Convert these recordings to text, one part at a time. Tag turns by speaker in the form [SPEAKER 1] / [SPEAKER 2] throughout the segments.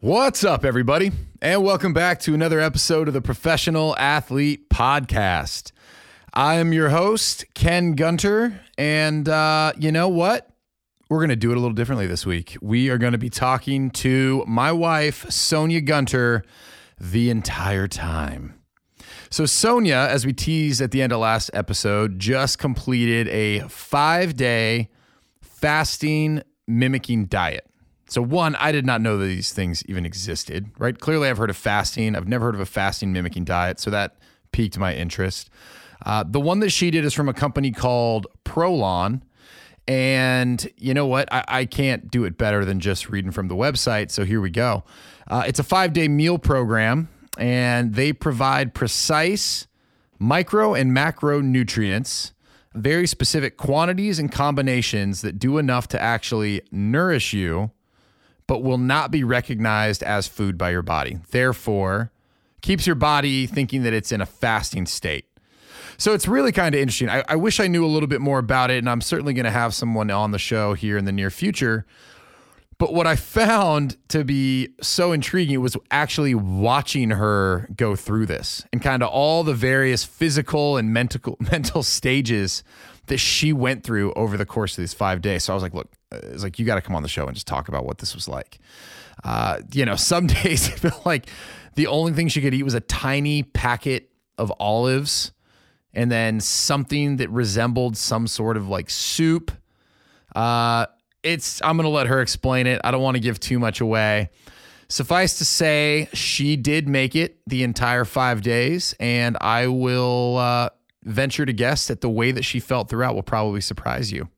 [SPEAKER 1] What's up, everybody? And welcome back to another episode of the Professional Athlete Podcast. I am your host, Ken Gunter. And uh, you know what? We're going to do it a little differently this week. We are going to be talking to my wife, Sonia Gunter, the entire time. So, Sonia, as we teased at the end of last episode, just completed a five day fasting mimicking diet. So, one, I did not know that these things even existed, right? Clearly, I've heard of fasting. I've never heard of a fasting mimicking diet. So, that piqued my interest. Uh, the one that she did is from a company called Prolon. And you know what? I, I can't do it better than just reading from the website. So here we go. Uh, it's a five day meal program, and they provide precise micro and macronutrients, very specific quantities and combinations that do enough to actually nourish you, but will not be recognized as food by your body. Therefore, keeps your body thinking that it's in a fasting state. So it's really kind of interesting. I, I wish I knew a little bit more about it, and I'm certainly going to have someone on the show here in the near future. But what I found to be so intriguing was actually watching her go through this and kind of all the various physical and mental mental stages that she went through over the course of these five days. So I was like, look, uh, it's like you got to come on the show and just talk about what this was like. Uh, you know, some days it felt like the only thing she could eat was a tiny packet of olives and then something that resembled some sort of like soup. Uh, it's I'm gonna let her explain it. I don't want to give too much away. Suffice to say, she did make it the entire five days, and I will uh, venture to guess that the way that she felt throughout will probably surprise you.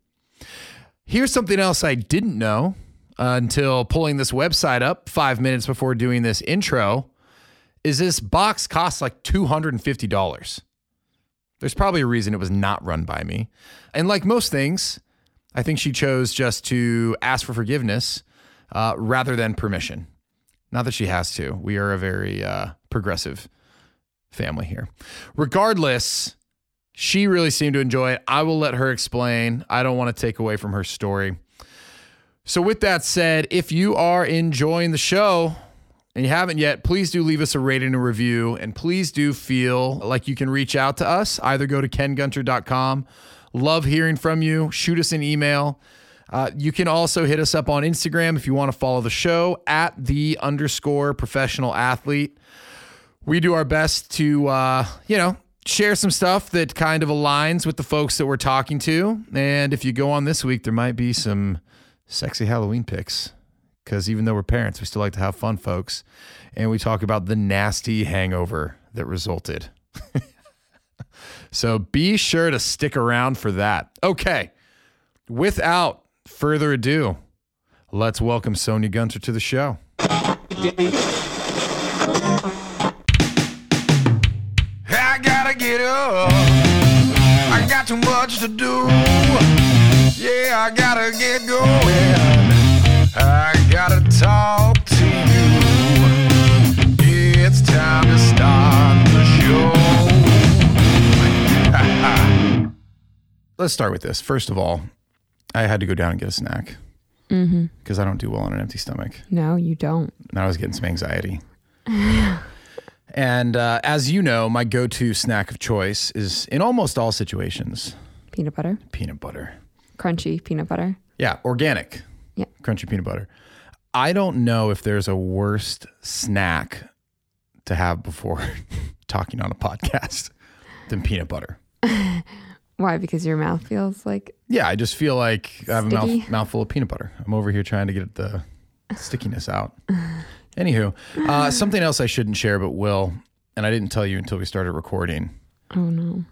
[SPEAKER 1] Here's something else I didn't know uh, until pulling this website up five minutes before doing this intro. Is this box costs like two hundred and fifty dollars? There's probably a reason it was not run by me. And like most things, I think she chose just to ask for forgiveness uh, rather than permission. Not that she has to. We are a very uh, progressive family here. Regardless, she really seemed to enjoy it. I will let her explain. I don't want to take away from her story. So, with that said, if you are enjoying the show, and you haven't yet, please do leave us a rating and review. And please do feel like you can reach out to us. Either go to kengunter.com. Love hearing from you. Shoot us an email. Uh, you can also hit us up on Instagram if you want to follow the show at the underscore professional athlete. We do our best to, uh, you know, share some stuff that kind of aligns with the folks that we're talking to. And if you go on this week, there might be some sexy Halloween pics because even though we're parents, we still like to have fun, folks. And we talk about the nasty hangover that resulted. so be sure to stick around for that. Okay. Without further ado, let's welcome Sonia Gunter to the show.
[SPEAKER 2] I gotta get up. I got too much to do. Yeah, I gotta get going. I gotta talk to you. It's time to start the show.
[SPEAKER 1] Let's start with this. First of all, I had to go down and get a snack because I don't do well on an empty stomach.
[SPEAKER 3] No, you don't.
[SPEAKER 1] and I was getting some anxiety. and uh, as you know, my go to snack of choice is in almost all situations
[SPEAKER 3] Peanut butter,
[SPEAKER 1] peanut butter.
[SPEAKER 3] crunchy peanut butter.
[SPEAKER 1] Yeah, organic.
[SPEAKER 3] Yeah.
[SPEAKER 1] Crunchy peanut butter. I don't know if there's a worst snack to have before talking on a podcast than peanut butter.
[SPEAKER 3] Why? Because your mouth feels like
[SPEAKER 1] Yeah, I just feel like I have a mouth,
[SPEAKER 3] Sticky.
[SPEAKER 1] mouthful of peanut butter. I'm over here trying to get the stickiness out. Anywho, uh, something else I shouldn't share but will, and I didn't tell you until we started recording.
[SPEAKER 3] oh no,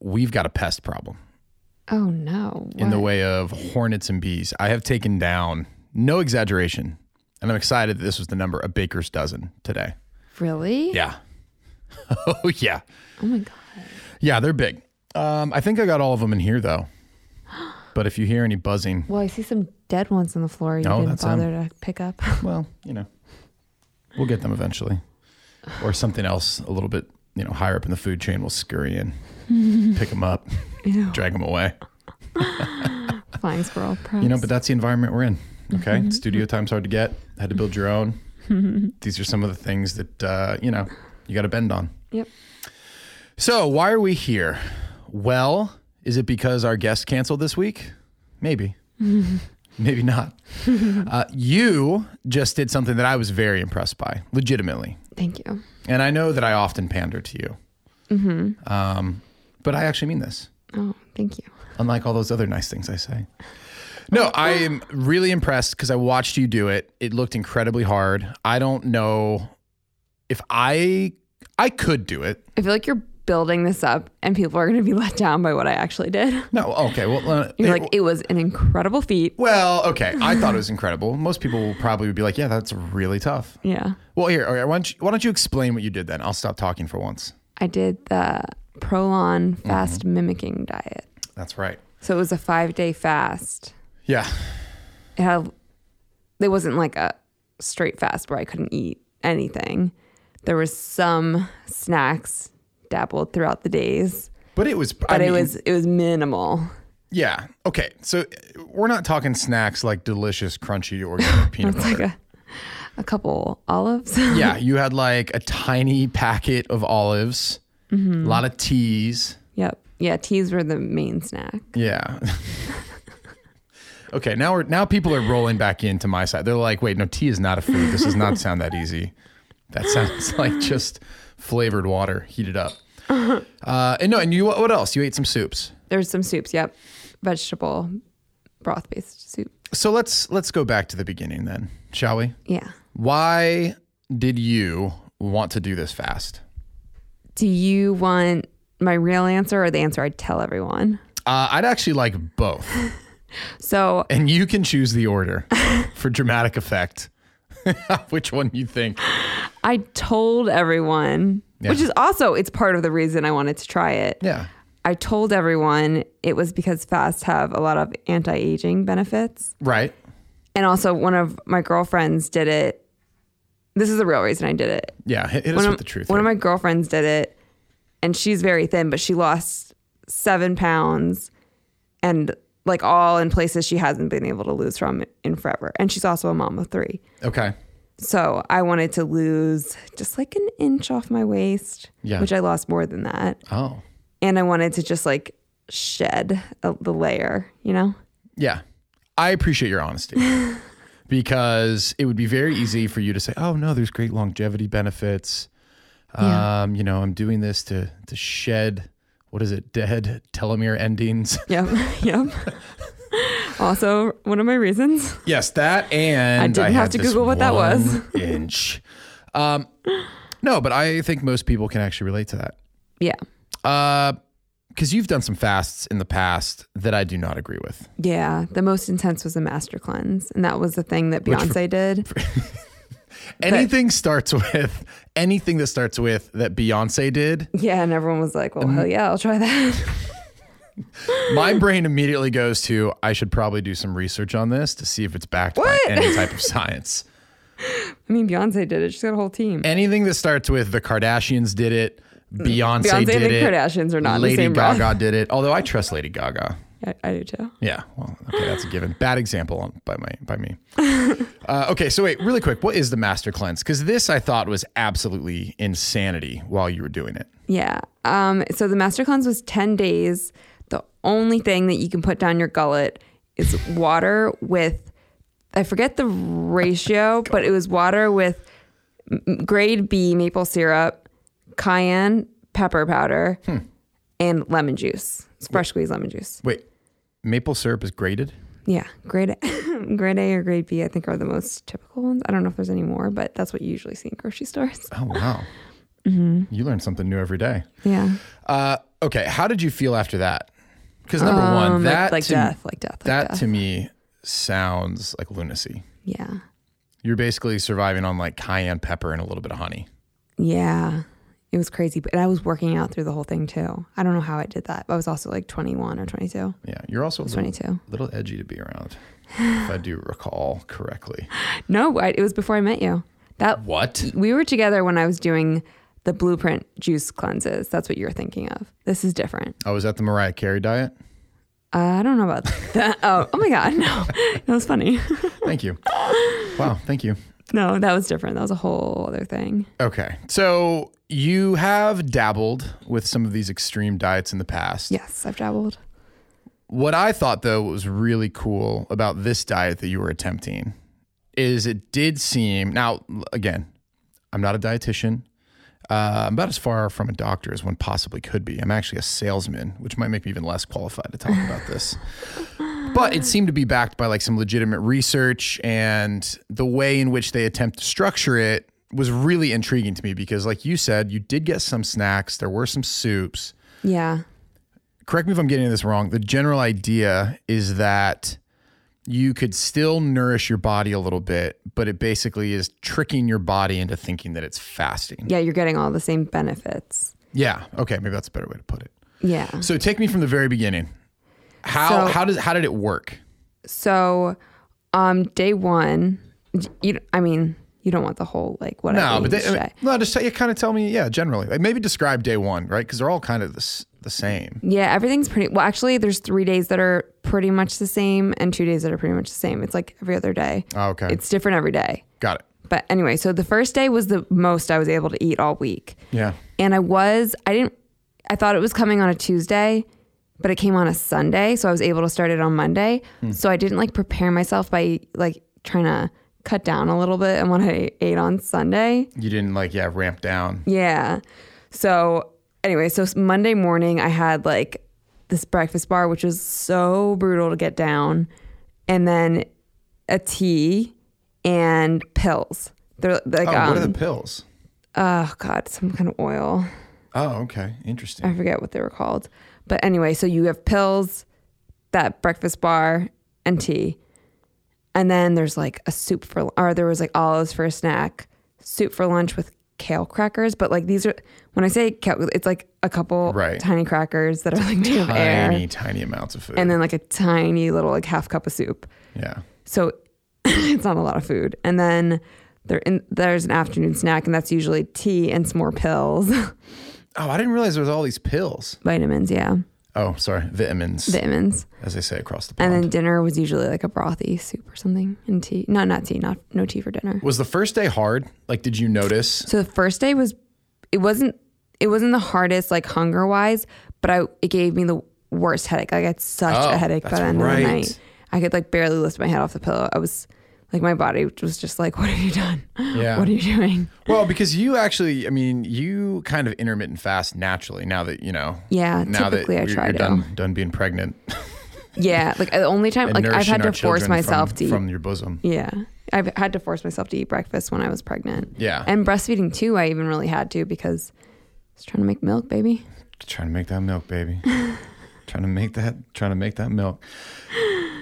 [SPEAKER 1] We've got a pest problem
[SPEAKER 3] oh no.
[SPEAKER 1] in the
[SPEAKER 3] What?
[SPEAKER 1] way of hornets and bees. I have taken down, no exaggeration, and I'm excited that this was the number a baker's dozen today.
[SPEAKER 3] Really?
[SPEAKER 1] Yeah. oh yeah.
[SPEAKER 3] Oh my god.
[SPEAKER 1] Yeah, they're big. Um, I think I got all of them in here though. But if you hear any buzzing,
[SPEAKER 3] Well, I see some dead ones on the floor. You
[SPEAKER 1] No,
[SPEAKER 3] didn't
[SPEAKER 1] that's them.
[SPEAKER 3] bother to pick up.
[SPEAKER 1] well, you know, we'll get them eventually, or something else a little bit, you know, higher up in the food chain will scurry in, pick them up,
[SPEAKER 3] Ew.
[SPEAKER 1] drag them away.
[SPEAKER 3] Flying squirrel. Perhaps.
[SPEAKER 1] You know, but that's the environment we're in. Okay, studio time's hard to get. Had to build your own. These are some of the things that, uh, you know, you got to bend on.
[SPEAKER 3] Yep.
[SPEAKER 1] So, why are we here? Well, is it because our guest canceled this week? Maybe. Maybe not. uh, you just did something that I was very impressed by, legitimately.
[SPEAKER 3] Thank you.
[SPEAKER 1] And I know that I often pander to you. Um, but I actually mean this,
[SPEAKER 3] Oh, thank you.
[SPEAKER 1] unlike all those other nice things I say.
[SPEAKER 3] Oh.
[SPEAKER 1] No, I am really impressed because I watched you do it. It looked incredibly hard. I don't know if I I could do it.
[SPEAKER 3] I feel like you're building this up and people are going to be let down by what I actually did.
[SPEAKER 1] No, okay. Well, uh,
[SPEAKER 3] You're
[SPEAKER 1] it-
[SPEAKER 3] like, it was an incredible feat.
[SPEAKER 1] well, okay. I thought it was incredible. Most people will probably be like, "Yeah, that's really tough."
[SPEAKER 3] Yeah.
[SPEAKER 1] Well, here, all right, why don't you, why don't you explain what you did then? I'll stop talking for once.
[SPEAKER 3] I did the Prolon
[SPEAKER 1] Mm-hmm.
[SPEAKER 3] fast mimicking diet.
[SPEAKER 1] That's right.
[SPEAKER 3] So it was a five day fast.
[SPEAKER 1] Yeah.
[SPEAKER 3] It had, it wasn't like a straight fast where I couldn't eat anything. There was some snacks dabbled throughout the days,
[SPEAKER 1] But it was
[SPEAKER 3] but it was it was minimal.
[SPEAKER 1] Yeah. Okay. So uh, we're not talking snacks like delicious, crunchy, organic peanut
[SPEAKER 3] It's like
[SPEAKER 1] butter.
[SPEAKER 3] a a couple olives.
[SPEAKER 1] yeah. You had like a tiny packet of olives, a lot of teas.
[SPEAKER 3] yep. Yeah, teas were the main snack.
[SPEAKER 1] Yeah. okay. Now we're now people are rolling back into my side. They're like, wait, no, tea is not a food. This does not sound that easy. That sounds like just flavored water heated up. Uh, and no, and you what else? You ate some soups.
[SPEAKER 3] There's some soups, yep. Vegetable broth based soup.
[SPEAKER 1] So let's let's go back to the beginning then, shall we?
[SPEAKER 3] Yeah.
[SPEAKER 1] Why did you want to do this fast?
[SPEAKER 3] Do you want my real answer or the answer I tell everyone?
[SPEAKER 1] Uh, I'd actually like both.
[SPEAKER 3] So
[SPEAKER 1] And you can choose the order for dramatic effect, which one you think.
[SPEAKER 3] I told everyone,
[SPEAKER 1] Yeah.
[SPEAKER 3] which is also it's part of the reason I wanted to try it.
[SPEAKER 1] Yeah.
[SPEAKER 3] I told everyone it was because fasts have a lot of anti-aging benefits.
[SPEAKER 1] Right.
[SPEAKER 3] And also one of my girlfriends did it. This is the real reason I did it.
[SPEAKER 1] Yeah. Hit, hit us
[SPEAKER 3] One,
[SPEAKER 1] with
[SPEAKER 3] of,
[SPEAKER 1] the truth.
[SPEAKER 3] one of
[SPEAKER 1] here.
[SPEAKER 3] my girlfriends did it and she's very thin, but she lost seven pounds and like all in places she hasn't been able to lose from in forever. And she's also a mom of three.
[SPEAKER 1] okay.
[SPEAKER 3] So I wanted to lose just like an inch off my waist,
[SPEAKER 1] Yeah.
[SPEAKER 3] which I lost more than that.
[SPEAKER 1] Oh.
[SPEAKER 3] And I wanted to just like shed a, the layer, you know?
[SPEAKER 1] Yeah. I appreciate your honesty because it would be very easy for you to say, oh, no, there's great longevity benefits.
[SPEAKER 3] Yeah.
[SPEAKER 1] Um, You know, I'm doing this to, to shed, what is it, dead telomere endings.
[SPEAKER 3] Yep. yep. also, one of my reasons.
[SPEAKER 1] Yes, that and
[SPEAKER 3] I didn't have
[SPEAKER 1] had
[SPEAKER 3] to
[SPEAKER 1] this
[SPEAKER 3] Google what that was.
[SPEAKER 1] one inch. Um, no, but I think most people can actually relate to that
[SPEAKER 3] Yeah.
[SPEAKER 1] because Uh, you've done some fasts in the past that I do not agree with.
[SPEAKER 3] Yeah. The most intense was the master cleanse. And that was the thing that Beyonce did.
[SPEAKER 1] Anything starts with anything that starts with that Beyonce did.
[SPEAKER 3] yeah. And everyone was like,
[SPEAKER 1] Um,
[SPEAKER 3] well, hell yeah, I'll try that.
[SPEAKER 1] My brain immediately goes to I should probably do some research on this to see if it's backed
[SPEAKER 3] What?
[SPEAKER 1] by any type of science.
[SPEAKER 3] I mean, Beyonce did it. She's got a whole team.
[SPEAKER 1] Anything that starts with the Kardashians did it. Beyonce,
[SPEAKER 3] Mm. Beyonce and
[SPEAKER 1] did
[SPEAKER 3] the
[SPEAKER 1] it.
[SPEAKER 3] Kardashians are not in the
[SPEAKER 1] Lady
[SPEAKER 3] same
[SPEAKER 1] Gaga
[SPEAKER 3] breath.
[SPEAKER 1] did it. Although I trust Lady Gaga.
[SPEAKER 3] I, I do too.
[SPEAKER 1] Yeah, well, okay, that's a given. Bad example on, by my by me. Uh, okay, so wait, really quick, what is the master cleanse? Because this I thought was absolutely insanity while you were doing it.
[SPEAKER 3] Yeah. Um, so the master cleanse was 10 days. The only thing that you can put down your gullet is water with, I forget the ratio, but it was water with m- grade B maple syrup, cayenne pepper powder,
[SPEAKER 1] Hmm.
[SPEAKER 3] and lemon juice, It's fresh squeezed lemon juice.
[SPEAKER 1] Wait, maple syrup is grated.
[SPEAKER 3] Yeah. Grade A, grade A or grade B, I think, are the most typical ones. I don't know if there's any more, but that's what you usually see in grocery stores.
[SPEAKER 1] Oh wow,
[SPEAKER 3] Mm-hmm.
[SPEAKER 1] you learn something new every day.
[SPEAKER 3] Yeah.
[SPEAKER 1] Uh, okay, how did you feel after that? Because number one,
[SPEAKER 3] Um, like-
[SPEAKER 1] that
[SPEAKER 3] like,
[SPEAKER 1] to,
[SPEAKER 3] death, like death, like
[SPEAKER 1] that
[SPEAKER 3] death.
[SPEAKER 1] to me sounds like lunacy.
[SPEAKER 3] yeah.
[SPEAKER 1] You're basically surviving on like cayenne pepper and a little bit of honey.
[SPEAKER 3] Yeah. It was crazy. But I was working out through the whole thing too. I don't know how I did that. I was also like 21 or 22.
[SPEAKER 1] Yeah, you're also a little,
[SPEAKER 3] 22.
[SPEAKER 1] little edgy to be around, if I do recall correctly.
[SPEAKER 3] No, I, it was before I met you. That
[SPEAKER 1] What?
[SPEAKER 3] we were together when I was doing the blueprint juice cleanses. That's what you're thinking of. This is different.
[SPEAKER 1] I was at the Mariah Carey diet.
[SPEAKER 3] Uh, I don't know about that. Oh, oh my God. No, that was funny.
[SPEAKER 1] Thank you. wow, thank you.
[SPEAKER 3] No, that was different. That was a whole other thing.
[SPEAKER 1] Okay. So you have dabbled with some of these extreme diets in the past.
[SPEAKER 3] Yes, I've dabbled.
[SPEAKER 1] What I thought though was really cool about this diet that you were attempting is it did seem now again, I'm not a dietitian. Uh, I'm about as far from a doctor as one possibly could be. I'm actually a salesman, which might make me even less qualified to talk about this. But it seemed to be backed by like some legitimate research, and the way in which they attempt to structure it was really intriguing to me because, like you said, you did get some snacks, there were some soups.
[SPEAKER 3] Yeah.
[SPEAKER 1] Correct me if I'm getting this wrong. The general idea is that you could still nourish your body a little bit, but it basically is tricking your body into thinking that it's fasting.
[SPEAKER 3] Yeah, you're getting all the same benefits.
[SPEAKER 1] Yeah. Okay. Maybe that's a better way to put it.
[SPEAKER 3] Yeah.
[SPEAKER 1] So take me from the very beginning. How
[SPEAKER 3] So-
[SPEAKER 1] how does how did it work?
[SPEAKER 3] So, um, day one, you, I mean, you don't want the whole like what I
[SPEAKER 1] No,
[SPEAKER 3] ate
[SPEAKER 1] but they,
[SPEAKER 3] each
[SPEAKER 1] I mean,
[SPEAKER 3] day.
[SPEAKER 1] no, just tell, you kind of tell me. Yeah, generally, like maybe describe day one, right? Because they're all kind of the s- the same.
[SPEAKER 3] Yeah, everything's pretty. Well, actually, there's three days that are pretty much the same, and two days that are pretty much the same. It's like every other day.
[SPEAKER 1] Oh, okay,
[SPEAKER 3] It's different every day.
[SPEAKER 1] got it.
[SPEAKER 3] But anyway, so the first day was the most I was able to eat all week.
[SPEAKER 1] Yeah,
[SPEAKER 3] and I was I didn't I thought it was coming on a Tuesday, but it came on a Sunday, so I was able to start it on Monday.
[SPEAKER 1] Hmm.
[SPEAKER 3] So I didn't like prepare myself by like trying to cut down a little bit and what I ate on Sunday.
[SPEAKER 1] you didn't like yeah ramp down.
[SPEAKER 3] Yeah. So anyway, so Monday morning I had like this breakfast bar which was so brutal to get down and then a tea and pills. They're like
[SPEAKER 1] Oh, what are the
[SPEAKER 3] um,
[SPEAKER 1] pills?
[SPEAKER 3] oh god, some kind of oil.
[SPEAKER 1] Oh, okay, interesting.
[SPEAKER 3] I forget what they were called. But anyway, so you have pills, that breakfast bar, and tea. And then there's like a soup for, or there was like olives for a snack, soup for lunch with kale crackers. But like these are, when I say kale, it's like a couple
[SPEAKER 1] Right.
[SPEAKER 3] tiny crackers that are like made of
[SPEAKER 1] tiny,
[SPEAKER 3] air.
[SPEAKER 1] tiny amounts of food.
[SPEAKER 3] And then like a tiny little like half cup of soup.
[SPEAKER 1] yeah,
[SPEAKER 3] So it's not a lot of food. And then there, in, there's an afternoon snack, and that's usually tea and some more pills,
[SPEAKER 1] Oh, I didn't realize there was all these pills.
[SPEAKER 3] vitamins, yeah,
[SPEAKER 1] Oh, sorry, vitamins,
[SPEAKER 3] vitamins.
[SPEAKER 1] as they say across the pond.
[SPEAKER 3] And then dinner was usually like a brothy soup or something and tea. No, not tea, not no tea for dinner.
[SPEAKER 1] was the first day hard? Like, did you notice?
[SPEAKER 3] So the first day was it wasn't it wasn't the hardest like hunger wise, but I it gave me the worst headache. Like I had such
[SPEAKER 1] Oh,
[SPEAKER 3] a headache by
[SPEAKER 1] that's
[SPEAKER 3] the end of
[SPEAKER 1] right.
[SPEAKER 3] the night. I could like barely lift my head off the pillow. I was like my body was just like, What have you done?
[SPEAKER 1] Yeah.
[SPEAKER 3] What are you doing?
[SPEAKER 1] Well, because you actually, I mean, you kind of intermittent fast naturally. Now that you know,
[SPEAKER 3] Yeah,
[SPEAKER 1] now that
[SPEAKER 3] typically I
[SPEAKER 1] you're,
[SPEAKER 3] try
[SPEAKER 1] you're
[SPEAKER 3] to.
[SPEAKER 1] done, done being pregnant,
[SPEAKER 3] Yeah. Like the only time
[SPEAKER 1] and
[SPEAKER 3] like I've
[SPEAKER 1] nourishing
[SPEAKER 3] had
[SPEAKER 1] our
[SPEAKER 3] to force
[SPEAKER 1] children
[SPEAKER 3] myself
[SPEAKER 1] from,
[SPEAKER 3] to eat
[SPEAKER 1] from your bosom.
[SPEAKER 3] Yeah. I've had to force myself to eat breakfast when I was pregnant.
[SPEAKER 1] Yeah.
[SPEAKER 3] And breastfeeding too, I even really had to because I was trying to make milk, baby.
[SPEAKER 1] trying to make that milk, baby. trying to make that, trying to make that milk.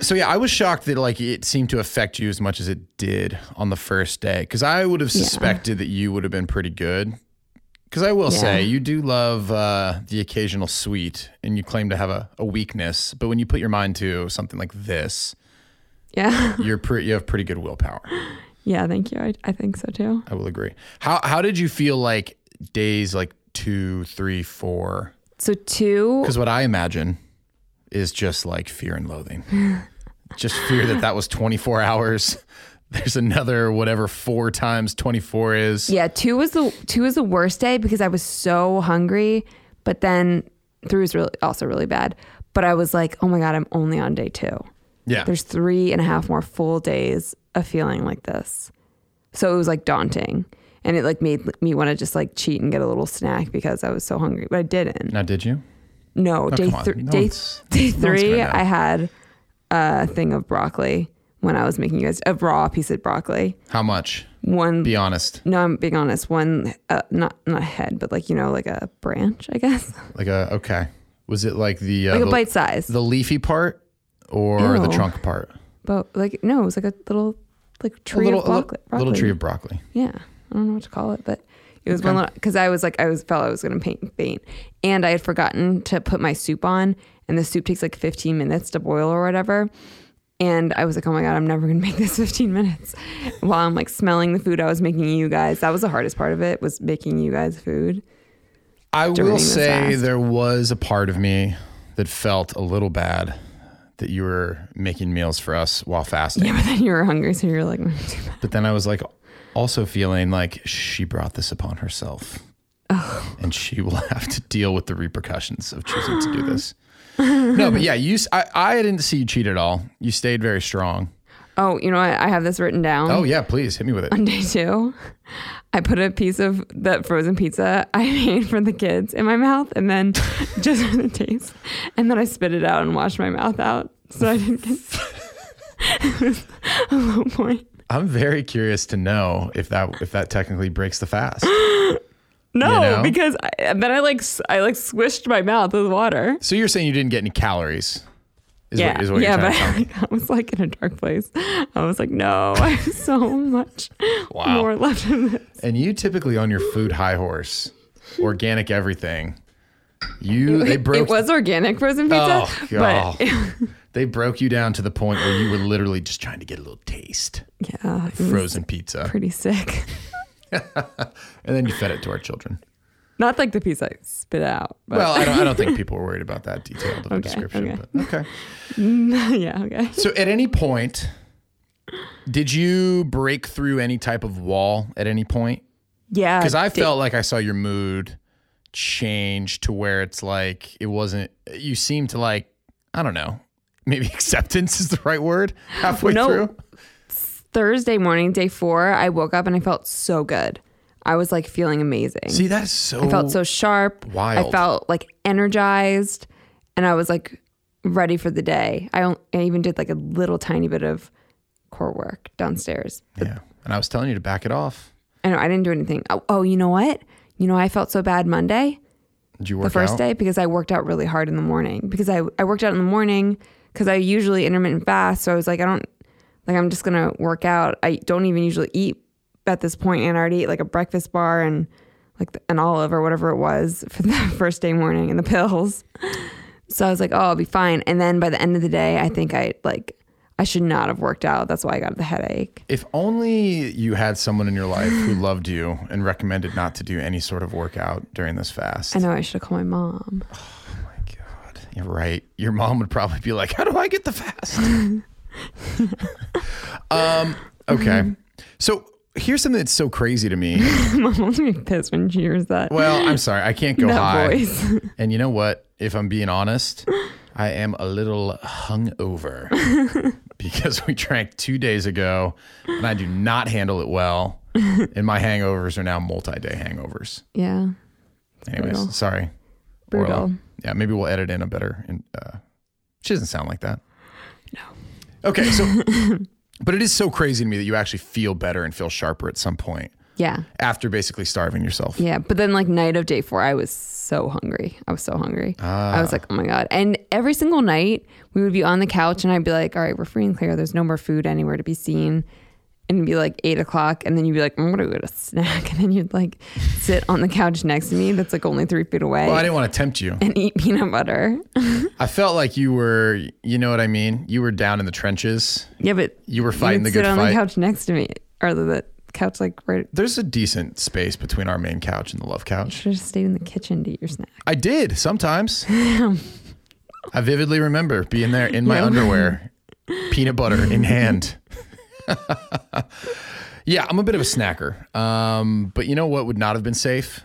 [SPEAKER 1] So yeah, I was shocked that like it seemed to affect you as much as it did on the first day because I would have suspected that you would have been pretty good. Because I will say
[SPEAKER 3] Yeah.
[SPEAKER 1] you do love uh, the occasional sweet, and you claim to have a, a weakness, but when you put your mind to something like this,
[SPEAKER 3] Yeah.
[SPEAKER 1] you're pre- you have pretty good willpower.
[SPEAKER 3] yeah, thank you. I, I think so too.
[SPEAKER 1] I will agree. How how did you feel like days like two, three, four?
[SPEAKER 3] So two
[SPEAKER 1] Because what I imagine is just like fear and loathing. just fear that that was 24 hours. There's another whatever four times 24 is.
[SPEAKER 3] Yeah, two was the two was the worst day because I was so hungry, but then three was really also really bad. But I was like, Oh my god, I'm only on day two.
[SPEAKER 1] Yeah.
[SPEAKER 3] There's three and a half more full days of feeling like this. So it was like daunting. And it like made me want to just like cheat and get a little snack because I was so hungry, but I didn't.
[SPEAKER 1] now, did you?
[SPEAKER 3] No, day
[SPEAKER 1] Oh, come on.
[SPEAKER 3] three,
[SPEAKER 1] No
[SPEAKER 3] day,
[SPEAKER 1] one's-
[SPEAKER 3] day
[SPEAKER 1] no one's
[SPEAKER 3] three,
[SPEAKER 1] gonna know.
[SPEAKER 3] I had a thing of broccoli when I was making you guys a raw piece of broccoli.
[SPEAKER 1] How much?
[SPEAKER 3] One,
[SPEAKER 1] Be honest.
[SPEAKER 3] no, I'm being honest. One, uh, not not a head, but like you know, like a branch, I guess,
[SPEAKER 1] Like a, okay. Was it like the, uh,
[SPEAKER 3] like a
[SPEAKER 1] the,
[SPEAKER 3] bite size.
[SPEAKER 1] the leafy part or the
[SPEAKER 3] Ew.
[SPEAKER 1] trunk part?
[SPEAKER 3] but like no, it was like a little like
[SPEAKER 1] A
[SPEAKER 3] tree
[SPEAKER 1] little,
[SPEAKER 3] of
[SPEAKER 1] a li-
[SPEAKER 3] broccoli.
[SPEAKER 1] little
[SPEAKER 3] broccoli.
[SPEAKER 1] tree of broccoli.
[SPEAKER 3] Yeah, I don't know what to call it, but it was one little because I was like I was felt I was gonna paint faint, and I had forgotten to put my soup on, and the soup takes like 15 minutes to boil or whatever. And I was like, oh my god, I'm never gonna make this 15 minutes. While I'm like smelling the food I was making you guys, that was the hardest part of it was making you guys food.
[SPEAKER 1] I
[SPEAKER 3] during
[SPEAKER 1] will
[SPEAKER 3] this
[SPEAKER 1] say
[SPEAKER 3] fast.
[SPEAKER 1] there was a part of me that felt a little bad that you were making meals for us while fasting.
[SPEAKER 3] Yeah, but then you were hungry, so you were like,
[SPEAKER 1] But then I was like, Also feeling like she brought this upon herself.
[SPEAKER 3] Oh.
[SPEAKER 1] And she will have to deal with the repercussions of choosing to do this. No, but yeah, you. s- I, I didn't see you cheat at all. You stayed very strong.
[SPEAKER 3] Oh, you know what? I have this written down.
[SPEAKER 1] Oh yeah, please hit me with it.
[SPEAKER 3] on day two, I put a piece of that frozen pizza I made for the kids in my mouth and then just for the taste. And then I spit it out and washed my mouth out. So I didn't get a low point.
[SPEAKER 1] I'm very curious to know if that if that technically breaks the fast.
[SPEAKER 3] No,
[SPEAKER 1] You know?
[SPEAKER 3] because I, and then I like s- I like swished my mouth with water.
[SPEAKER 1] So you're saying you didn't get any calories? Is
[SPEAKER 3] yeah,
[SPEAKER 1] What, is what
[SPEAKER 3] yeah,
[SPEAKER 1] you're trying
[SPEAKER 3] but
[SPEAKER 1] to tell me.
[SPEAKER 3] I, like, I was like in a dark place. I was like, no, I have so much
[SPEAKER 1] Wow.
[SPEAKER 3] more left in this.
[SPEAKER 1] And you typically on your food high horse, organic everything. You they broke
[SPEAKER 3] It was organic frozen pizza,
[SPEAKER 1] Oh,
[SPEAKER 3] but
[SPEAKER 1] God. they broke you down to the point where you were literally just trying to get a little taste
[SPEAKER 3] yeah, it was
[SPEAKER 1] frozen pizza,
[SPEAKER 3] pretty sick.
[SPEAKER 1] and then you fed it to our children.
[SPEAKER 3] Not like the piece I spit out. But
[SPEAKER 1] Well, I don't, I don't think people were worried about that detailed of a description,
[SPEAKER 3] okay.
[SPEAKER 1] but okay.
[SPEAKER 3] yeah, okay.
[SPEAKER 1] So, at any point, did you break through any type of wall at any point?
[SPEAKER 3] Yeah.
[SPEAKER 1] Because I felt like I saw your mood change to where it's like it wasn't. You seemed to like I don't know. Maybe acceptance is the right word halfway
[SPEAKER 3] No.
[SPEAKER 1] through.
[SPEAKER 3] Thursday morning, day four, I woke up and I felt so good. I was like feeling amazing.
[SPEAKER 1] See, that is so.
[SPEAKER 3] I felt so sharp. I
[SPEAKER 1] wild.
[SPEAKER 3] felt like energized and I was like ready for the day. I, on- I even did like a little tiny bit of core work downstairs.
[SPEAKER 1] Yeah, and I was telling you to back it off.
[SPEAKER 3] I know I didn't do anything. Oh, oh you know what? You know, I felt so bad Monday.
[SPEAKER 1] Did you work
[SPEAKER 3] the first
[SPEAKER 1] out?
[SPEAKER 3] day because I worked out really hard in the morning because I, I worked out in the morning because I usually intermittent fast. So I was like, I don't like, I'm just going to work out. I don't even usually eat at this point and I already ate like a breakfast bar and like an olive or whatever it was for the first day morning and the pills. So I was like, oh, I'll be fine. And then by the end of the day, I think I like, I should not have worked out. That's why I got the headache.
[SPEAKER 1] If only you had someone in your life who loved you and recommended not to do any sort of workout during this fast.
[SPEAKER 3] I know I should have called my mom.
[SPEAKER 1] God, you're right. Your mom would probably be like, "How do I get the fast?" um. Okay.
[SPEAKER 3] Mm-hmm.
[SPEAKER 1] So here's something that's so crazy to me.
[SPEAKER 3] Mom will be pissed when she hears that.
[SPEAKER 1] Well, I'm sorry, I can't go
[SPEAKER 3] That
[SPEAKER 1] high.
[SPEAKER 3] voice.
[SPEAKER 1] And you know what? If I'm being honest, I am a little hungover because we drank two days ago, and I do not handle it well. And my hangovers are now multi-day hangovers.
[SPEAKER 3] Yeah.
[SPEAKER 1] Anyways,
[SPEAKER 3] brutal.
[SPEAKER 1] sorry.
[SPEAKER 3] Brutal.
[SPEAKER 1] Orla. Yeah, maybe we'll edit in a better. And uh, she doesn't sound like that. No. Okay, so, but it is so crazy to me that you actually feel better and feel sharper at some point
[SPEAKER 3] Yeah.
[SPEAKER 1] after basically starving yourself.
[SPEAKER 3] Yeah, but then like night of day four, I was so hungry. I was so hungry. I
[SPEAKER 1] Ah.
[SPEAKER 3] was like, oh my god! And every single night, we would be on the couch, and I'd be like, all right, we're free and clear. There's no more food anywhere to be seen. And it'd be like eight o'clock, and then you'd be like, I'm gonna go get a snack, and then you'd like sit on the couch next to me, that's like only three feet away,
[SPEAKER 1] Well, I didn't want to tempt you.
[SPEAKER 3] and eat peanut butter.
[SPEAKER 1] I felt like you were, you know what I mean? You were down in the trenches.
[SPEAKER 3] yeah, but
[SPEAKER 1] You were fighting
[SPEAKER 3] you'd
[SPEAKER 1] the
[SPEAKER 3] sit
[SPEAKER 1] good
[SPEAKER 3] on the
[SPEAKER 1] fight.
[SPEAKER 3] couch next to me, or the, the couch like right.
[SPEAKER 1] There's a decent space between our main couch and the love couch.
[SPEAKER 3] Should have stayed in the kitchen to eat your snack.
[SPEAKER 1] I did sometimes. I vividly remember being there in my
[SPEAKER 3] Yeah.
[SPEAKER 1] underwear, peanut butter in hand. yeah, I'm a bit of a snacker. Um, but you know what would not have been safe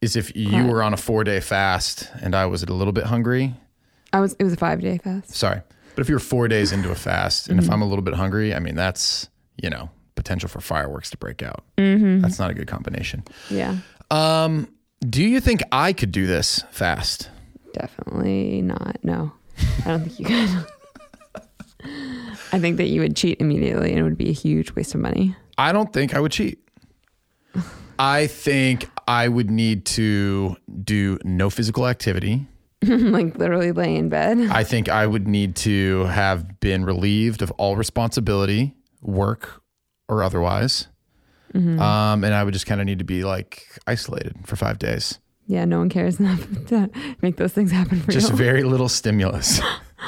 [SPEAKER 1] is if you
[SPEAKER 3] What?
[SPEAKER 1] were on a four day fast and I was a little bit hungry.
[SPEAKER 3] I was. It was a five day fast.
[SPEAKER 1] Sorry. But if you're four days into a fast and if I'm a little bit hungry, I mean, that's, you know, potential for fireworks to break out. That's not a good combination.
[SPEAKER 3] Yeah,
[SPEAKER 1] Um, do you think I could do this fast?
[SPEAKER 3] Definitely not. No, I don't think you could. I think that you would cheat immediately and it would be a huge waste of money.
[SPEAKER 1] I don't think I would cheat. I think I would need to do no physical activity.
[SPEAKER 3] like literally lay in bed.
[SPEAKER 1] I think I would need to have been relieved of all responsibility, work or otherwise. Um, and I would just kind of need to be like isolated for five days.
[SPEAKER 3] Yeah, no one cares enough to make those things happen for
[SPEAKER 1] Just
[SPEAKER 3] you.
[SPEAKER 1] very little stimulus.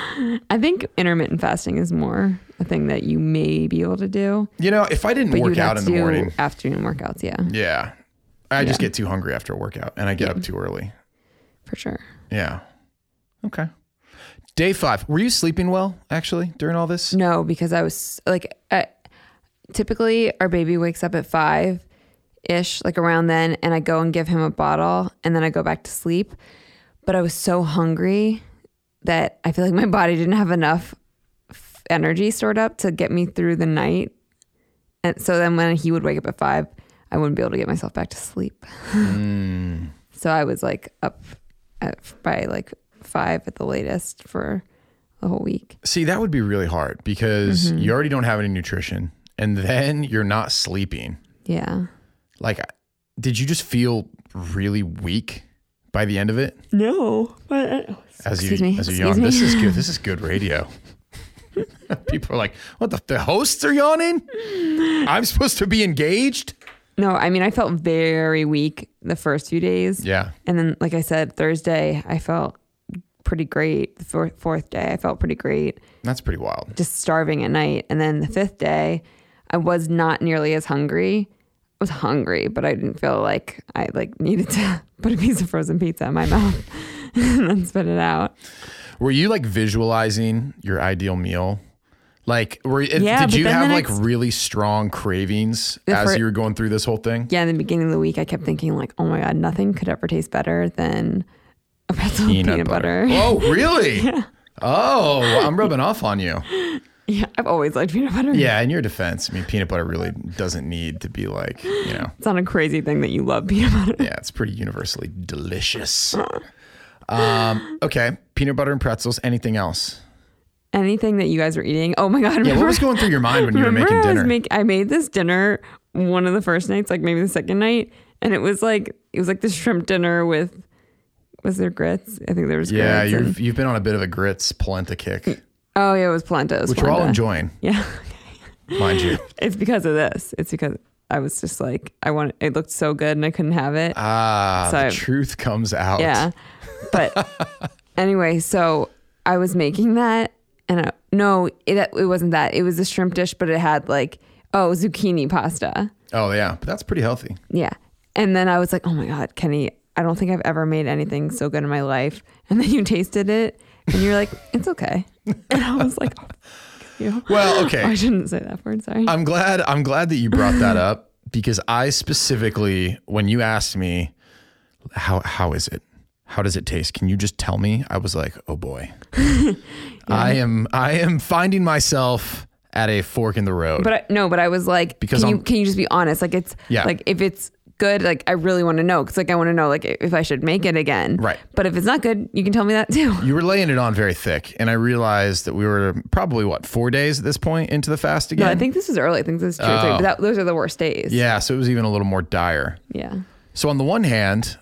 [SPEAKER 3] I think intermittent fasting is more a thing that you may be able to do,
[SPEAKER 1] you know, if I didn't
[SPEAKER 3] but you
[SPEAKER 1] work
[SPEAKER 3] would
[SPEAKER 1] out
[SPEAKER 3] have
[SPEAKER 1] in
[SPEAKER 3] to
[SPEAKER 1] the
[SPEAKER 3] do
[SPEAKER 1] morning,
[SPEAKER 3] afternoon workouts. Yeah,
[SPEAKER 1] yeah, I just
[SPEAKER 3] Yeah.
[SPEAKER 1] get too hungry after a workout and I get up too early.
[SPEAKER 3] for sure.
[SPEAKER 1] Yeah. Okay. Day five. Were you sleeping well actually during all this?
[SPEAKER 3] No, because I was like, I, typically our baby wakes up at five ish, like around then, and I go and give him a bottle and then I go back to sleep. But I was so hungry that I feel like my body didn't have enough f- energy stored up to get me through the night. And so then when he would wake up at five, I wouldn't be able to get myself back to sleep.
[SPEAKER 1] Mm.
[SPEAKER 3] So I was like up at, by like five at the latest for the whole week.
[SPEAKER 1] See, that would be really hard because
[SPEAKER 3] Mm-hmm.
[SPEAKER 1] you already don't have any nutrition and then you're not sleeping.
[SPEAKER 3] Yeah.
[SPEAKER 1] Like, did you just feel really weak by the end of it?
[SPEAKER 3] No, but
[SPEAKER 1] As
[SPEAKER 3] Excuse
[SPEAKER 1] you
[SPEAKER 3] me,
[SPEAKER 1] as you
[SPEAKER 3] excuse
[SPEAKER 1] yawn,
[SPEAKER 3] me.
[SPEAKER 1] this is good. This is good radio. People are like, "What the? The hosts are yawning. I'm supposed to be engaged."
[SPEAKER 3] no, I mean I felt very weak the first few days,
[SPEAKER 1] Yeah,
[SPEAKER 3] and then like I said, Thursday I felt pretty great. The fourth, fourth day I felt pretty great,
[SPEAKER 1] that's pretty wild.
[SPEAKER 3] just starving at night, and then the fifth day I was not nearly as hungry. I was hungry, but I didn't feel like I like needed to put a piece of frozen pizza in my mouth and then spit it out.
[SPEAKER 1] Were you like visualizing your ideal meal? Like, were
[SPEAKER 3] Yeah,
[SPEAKER 1] did
[SPEAKER 3] but
[SPEAKER 1] you
[SPEAKER 3] then the
[SPEAKER 1] have like
[SPEAKER 3] next-
[SPEAKER 1] really strong cravings
[SPEAKER 3] The
[SPEAKER 1] as
[SPEAKER 3] fir-
[SPEAKER 1] you were going through this whole thing?
[SPEAKER 3] Yeah, in the beginning of the week I kept thinking like, oh my god, nothing could ever taste better than a pretzel and peanut, butter.
[SPEAKER 1] Oh, really? Oh, well, I'm rubbing off on you.
[SPEAKER 3] Yeah, I've always liked peanut butter.
[SPEAKER 1] Yeah, in your defense, I mean, peanut butter really doesn't need to be like, you know,
[SPEAKER 3] It's not a crazy thing that you love peanut butter.
[SPEAKER 1] yeah, it's pretty universally delicious. Um, okay, peanut butter and pretzels. Anything else?
[SPEAKER 3] Anything that you guys were eating. Oh my God. Remember,
[SPEAKER 1] Yeah, what was going through your mind when you were
[SPEAKER 3] remember
[SPEAKER 1] making
[SPEAKER 3] I, was
[SPEAKER 1] dinner?
[SPEAKER 3] make, I made this dinner one of the first nights, like maybe the second night. And it was like, it was like the shrimp dinner with, was there grits? I think there was
[SPEAKER 1] yeah,
[SPEAKER 3] grits. and-
[SPEAKER 1] you've, you've been on a bit of a grits polenta kick,
[SPEAKER 3] oh yeah, it was polenta. It was
[SPEAKER 1] which we're all
[SPEAKER 3] polenta.
[SPEAKER 1] enjoying,
[SPEAKER 3] Yeah.
[SPEAKER 1] mind you.
[SPEAKER 3] It's because of this. It's because I was just like, I want, it looked so good and I couldn't have it.
[SPEAKER 1] Ah, the
[SPEAKER 3] So-
[SPEAKER 1] truth comes out.
[SPEAKER 3] Yeah. But anyway, so I was making that and I, no, it, it wasn't that. It was a shrimp dish, but it had like, oh, zucchini pasta.
[SPEAKER 1] Oh, yeah, but that's pretty healthy.
[SPEAKER 3] Yeah. And then I was like, oh my God, Kenny, I don't think I've ever made anything so good in my life. And then you tasted it and you're like, it's okay. And I was like, oh, fuck you.
[SPEAKER 1] Well, okay.
[SPEAKER 3] I shouldn't say that word. Sorry.
[SPEAKER 1] I'm glad. I'm glad that you brought that up because I specifically, when you asked me, how how is it? How does it taste? Can you just tell me? I was like, oh boy, I am I am finding myself at a fork in the road.
[SPEAKER 3] But I, no, but I was like,
[SPEAKER 1] Because
[SPEAKER 3] can you,
[SPEAKER 1] I'm-
[SPEAKER 3] can you just be honest? Like it's
[SPEAKER 1] Yeah.
[SPEAKER 3] like if it's good, like I really want to know because like I want to know like if I should make it again.
[SPEAKER 1] Right.
[SPEAKER 3] But if it's not good, you can tell me that too.
[SPEAKER 1] you were laying it on very thick, and I realized that we were probably what four days at this point into the fast again.
[SPEAKER 3] No, I think this was early. I think this is true. three,
[SPEAKER 1] Oh.
[SPEAKER 3] But that, those are the worst days.
[SPEAKER 1] yeah, so it was even a little more dire.
[SPEAKER 3] Yeah.
[SPEAKER 1] So on the one hand,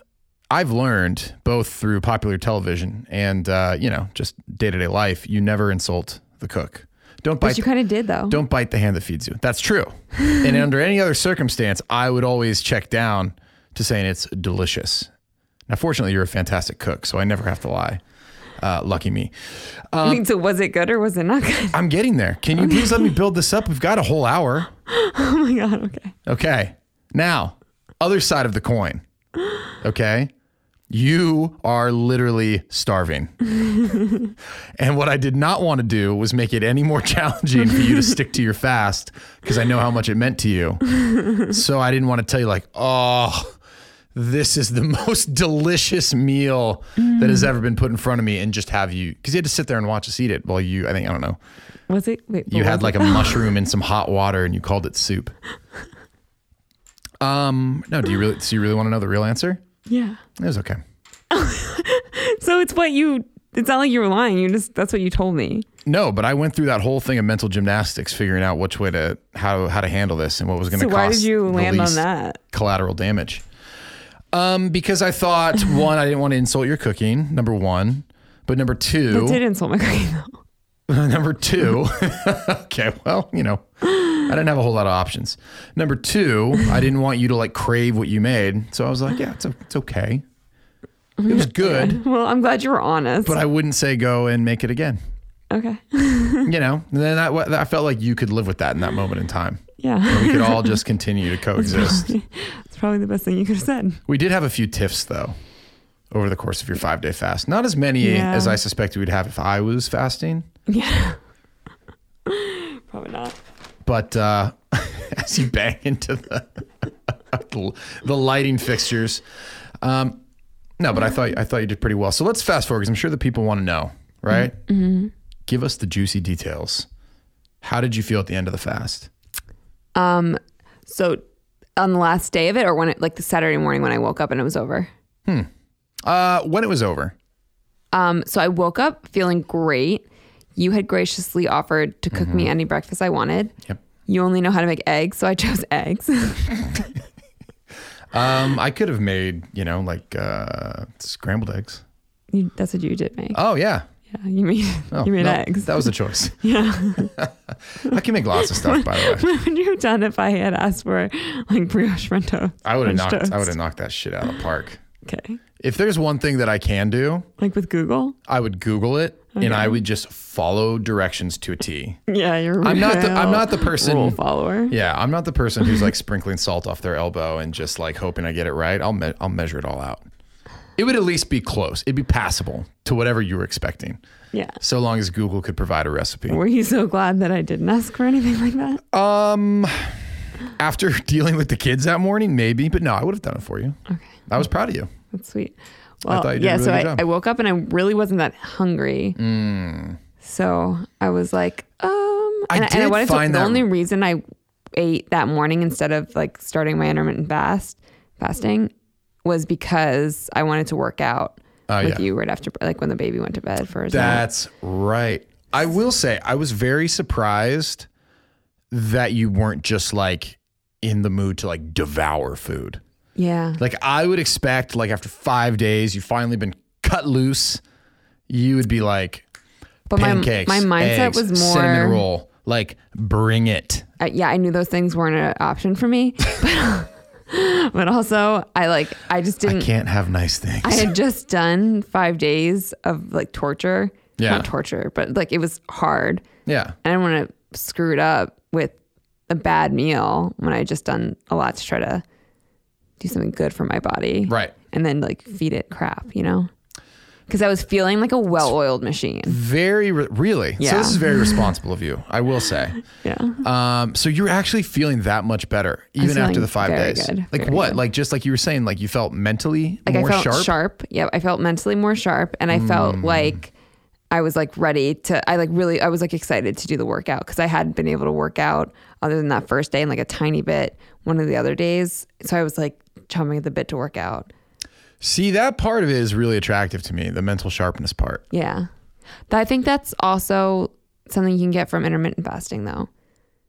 [SPEAKER 1] I've learned both through popular television and uh, you know just day to day life, you never insult the cook. Don't
[SPEAKER 3] But
[SPEAKER 1] bite.
[SPEAKER 3] you kind of did though.
[SPEAKER 1] don't bite the hand that feeds you. That's true. and under any other circumstance, I would always check down to saying it's delicious. Now, fortunately, you're a fantastic cook, so I never have to lie. Uh, lucky me.
[SPEAKER 3] I
[SPEAKER 1] Um,
[SPEAKER 3] mean, so was it good or was it not good?
[SPEAKER 1] I'm getting there. Can you please let me build this up? We've got a whole hour.
[SPEAKER 3] oh my god. Okay.
[SPEAKER 1] Okay. Now, other side of the coin. Okay. You are literally starving. and what I did not want to do was make it any more challenging for you to stick to your fast because I know how much it meant to you. So I didn't want to tell you, like, oh, this is the most delicious meal that has ever been put in front of me, and just have you, because you had to sit there and watch us eat it while you, I think, I don't know,
[SPEAKER 3] Was it? Wait.
[SPEAKER 1] you
[SPEAKER 3] what
[SPEAKER 1] had
[SPEAKER 3] was
[SPEAKER 1] like
[SPEAKER 3] it?
[SPEAKER 1] a mushroom in some hot water and you called it soup. Um, no, do you really so you really want to know the real answer?
[SPEAKER 3] Yeah.
[SPEAKER 1] It was okay.
[SPEAKER 3] So it's what you. It's not like you were lying. You just. That's what you told me.
[SPEAKER 1] No, but I went through that whole thing of mental gymnastics figuring out which way to how how to handle this and what was going to
[SPEAKER 3] So
[SPEAKER 1] cost.
[SPEAKER 3] why did you
[SPEAKER 1] the
[SPEAKER 3] land on
[SPEAKER 1] least
[SPEAKER 3] that?
[SPEAKER 1] Collateral damage. Um, because I thought one, I didn't want to insult your cooking, number one. But number
[SPEAKER 3] That
[SPEAKER 1] two,
[SPEAKER 3] did insult my cooking though.
[SPEAKER 1] Number two, okay, well, you know, I didn't have a whole lot of options. Number two, I didn't want you to like crave what you made. So I was like, yeah, it's, o- it's okay. It was good,
[SPEAKER 3] Well, I'm glad you were honest.
[SPEAKER 1] but I wouldn't say go and make it again.
[SPEAKER 3] okay.
[SPEAKER 1] You know, and then I, I felt like you could live with that in that moment in time.
[SPEAKER 3] Yeah.
[SPEAKER 1] We could all just continue to coexist.
[SPEAKER 3] It's probably the best thing you could have said.
[SPEAKER 1] We did have a few tiffs though over the course of your five day fast. Not as many
[SPEAKER 3] Yeah.
[SPEAKER 1] as I suspected we'd have if I was fasting.
[SPEAKER 3] Yeah. Probably not.
[SPEAKER 1] But uh, as you bang into the the lighting fixtures. Um, no, but I thought I thought you did pretty well. So let's fast forward because I'm sure the people want to know, right? Mm-hmm. Give us the juicy details. How did you feel at the end of the fast?
[SPEAKER 3] So on the last day of it, or when it like the Saturday morning when I woke up and it was over.
[SPEAKER 1] Uh, when it was over,
[SPEAKER 3] Um, so I woke up feeling great. You had graciously offered to cook me any breakfast I wanted.
[SPEAKER 1] Mm-hmm. Yep.
[SPEAKER 3] You only know how to make eggs, so I chose eggs.
[SPEAKER 1] um, I could have made you know like uh, scrambled eggs.
[SPEAKER 3] you, that's what you did make.
[SPEAKER 1] Oh yeah,
[SPEAKER 3] yeah, you made
[SPEAKER 1] Oh,
[SPEAKER 3] you made
[SPEAKER 1] no,
[SPEAKER 3] eggs.
[SPEAKER 1] That was a choice.
[SPEAKER 3] yeah.
[SPEAKER 1] I can make lots of stuff, by the way.
[SPEAKER 3] what would you have done if I had asked for like brioche French toast?
[SPEAKER 1] I would have
[SPEAKER 3] French
[SPEAKER 1] knocked. I would
[SPEAKER 3] toast?
[SPEAKER 1] have knocked that shit out of the park.
[SPEAKER 3] Okay.
[SPEAKER 1] If there's one thing that I can do,
[SPEAKER 3] Like with Google?
[SPEAKER 1] I would Google it and I would just follow directions to a T.
[SPEAKER 3] Yeah, you're. a
[SPEAKER 1] I'm not the- I'm
[SPEAKER 3] real
[SPEAKER 1] not the person-
[SPEAKER 3] rule follower.
[SPEAKER 1] Yeah, I'm not the person who's like sprinkling salt off their elbow and just like hoping I get it right. I'll me- I'll measure it all out. It would at least be close. It'd be passable to whatever you were expecting,
[SPEAKER 3] Yeah.
[SPEAKER 1] so long as Google could provide a recipe.
[SPEAKER 3] Were you so glad that I didn't ask for anything like that?
[SPEAKER 1] Um, after dealing with the kids that morning, maybe, but no, I would have done it for you.
[SPEAKER 3] Okay.
[SPEAKER 1] I was proud of you. Uh,
[SPEAKER 3] That's sweet. Well,
[SPEAKER 1] thought you did a
[SPEAKER 3] yeah.
[SPEAKER 1] really
[SPEAKER 3] so
[SPEAKER 1] good
[SPEAKER 3] I,
[SPEAKER 1] job. Mm.
[SPEAKER 3] I woke up and I really wasn't that hungry. So I was like, um,
[SPEAKER 1] I
[SPEAKER 3] and, and
[SPEAKER 1] did
[SPEAKER 3] wanted to-
[SPEAKER 1] find
[SPEAKER 3] the
[SPEAKER 1] that-
[SPEAKER 3] only reason I ate that morning instead of like starting my intermittent fast fasting was because I wanted to work out
[SPEAKER 1] Oh,
[SPEAKER 3] with
[SPEAKER 1] yeah.
[SPEAKER 3] you right after like when the baby went to bed for his nap.
[SPEAKER 1] That's right. I will say I was very surprised that you weren't just like in the mood to like devour food.
[SPEAKER 3] yeah.
[SPEAKER 1] Like I would expect like after 5 days you've finally been cut loose, you would be like
[SPEAKER 3] But my
[SPEAKER 1] pancakes.
[SPEAKER 3] my mindset
[SPEAKER 1] eggs,
[SPEAKER 3] was more
[SPEAKER 1] cinnamon roll. Like bring it.
[SPEAKER 3] uh, yeah, I knew those things weren't an option for me. But, but also, I like, I just
[SPEAKER 1] I
[SPEAKER 3] didn't.
[SPEAKER 1] can't have nice things.
[SPEAKER 3] Mm. I had just done five days of like torture.
[SPEAKER 1] Yeah.
[SPEAKER 3] Not torture, but like it was hard.
[SPEAKER 1] yeah.
[SPEAKER 3] I didn't want to screw it up with a bad meal when I had just done a lot to try to do something good for my body.
[SPEAKER 1] Right.
[SPEAKER 3] And then like feed it crap, you know? Because I was feeling like a well oiled machine.
[SPEAKER 1] Very re- really. So
[SPEAKER 3] Yeah.
[SPEAKER 1] this is very responsible of you, I will say.
[SPEAKER 3] Yeah.
[SPEAKER 1] Um, so you're actually feeling that much better
[SPEAKER 3] was
[SPEAKER 1] even after
[SPEAKER 3] feeling
[SPEAKER 1] the five
[SPEAKER 3] very
[SPEAKER 1] days.
[SPEAKER 3] good,
[SPEAKER 1] Like
[SPEAKER 3] very
[SPEAKER 1] what?
[SPEAKER 3] good.
[SPEAKER 1] Like just like you were saying, like you felt mentally
[SPEAKER 3] Like
[SPEAKER 1] more
[SPEAKER 3] I felt
[SPEAKER 1] sharp. Hmm.
[SPEAKER 3] sharp. Yeah. I felt mentally more sharp and I felt like I was like ready to, I like really, I was like excited to do the workout because I hadn't been able to work out other than that first day and like a tiny bit one of the other days. So I was like chomping at the bit to work out.
[SPEAKER 1] See, that part of it is really attractive to me, the mental sharpness part.
[SPEAKER 3] Yeah. Th- I think that's also something you can get from intermittent fasting, though.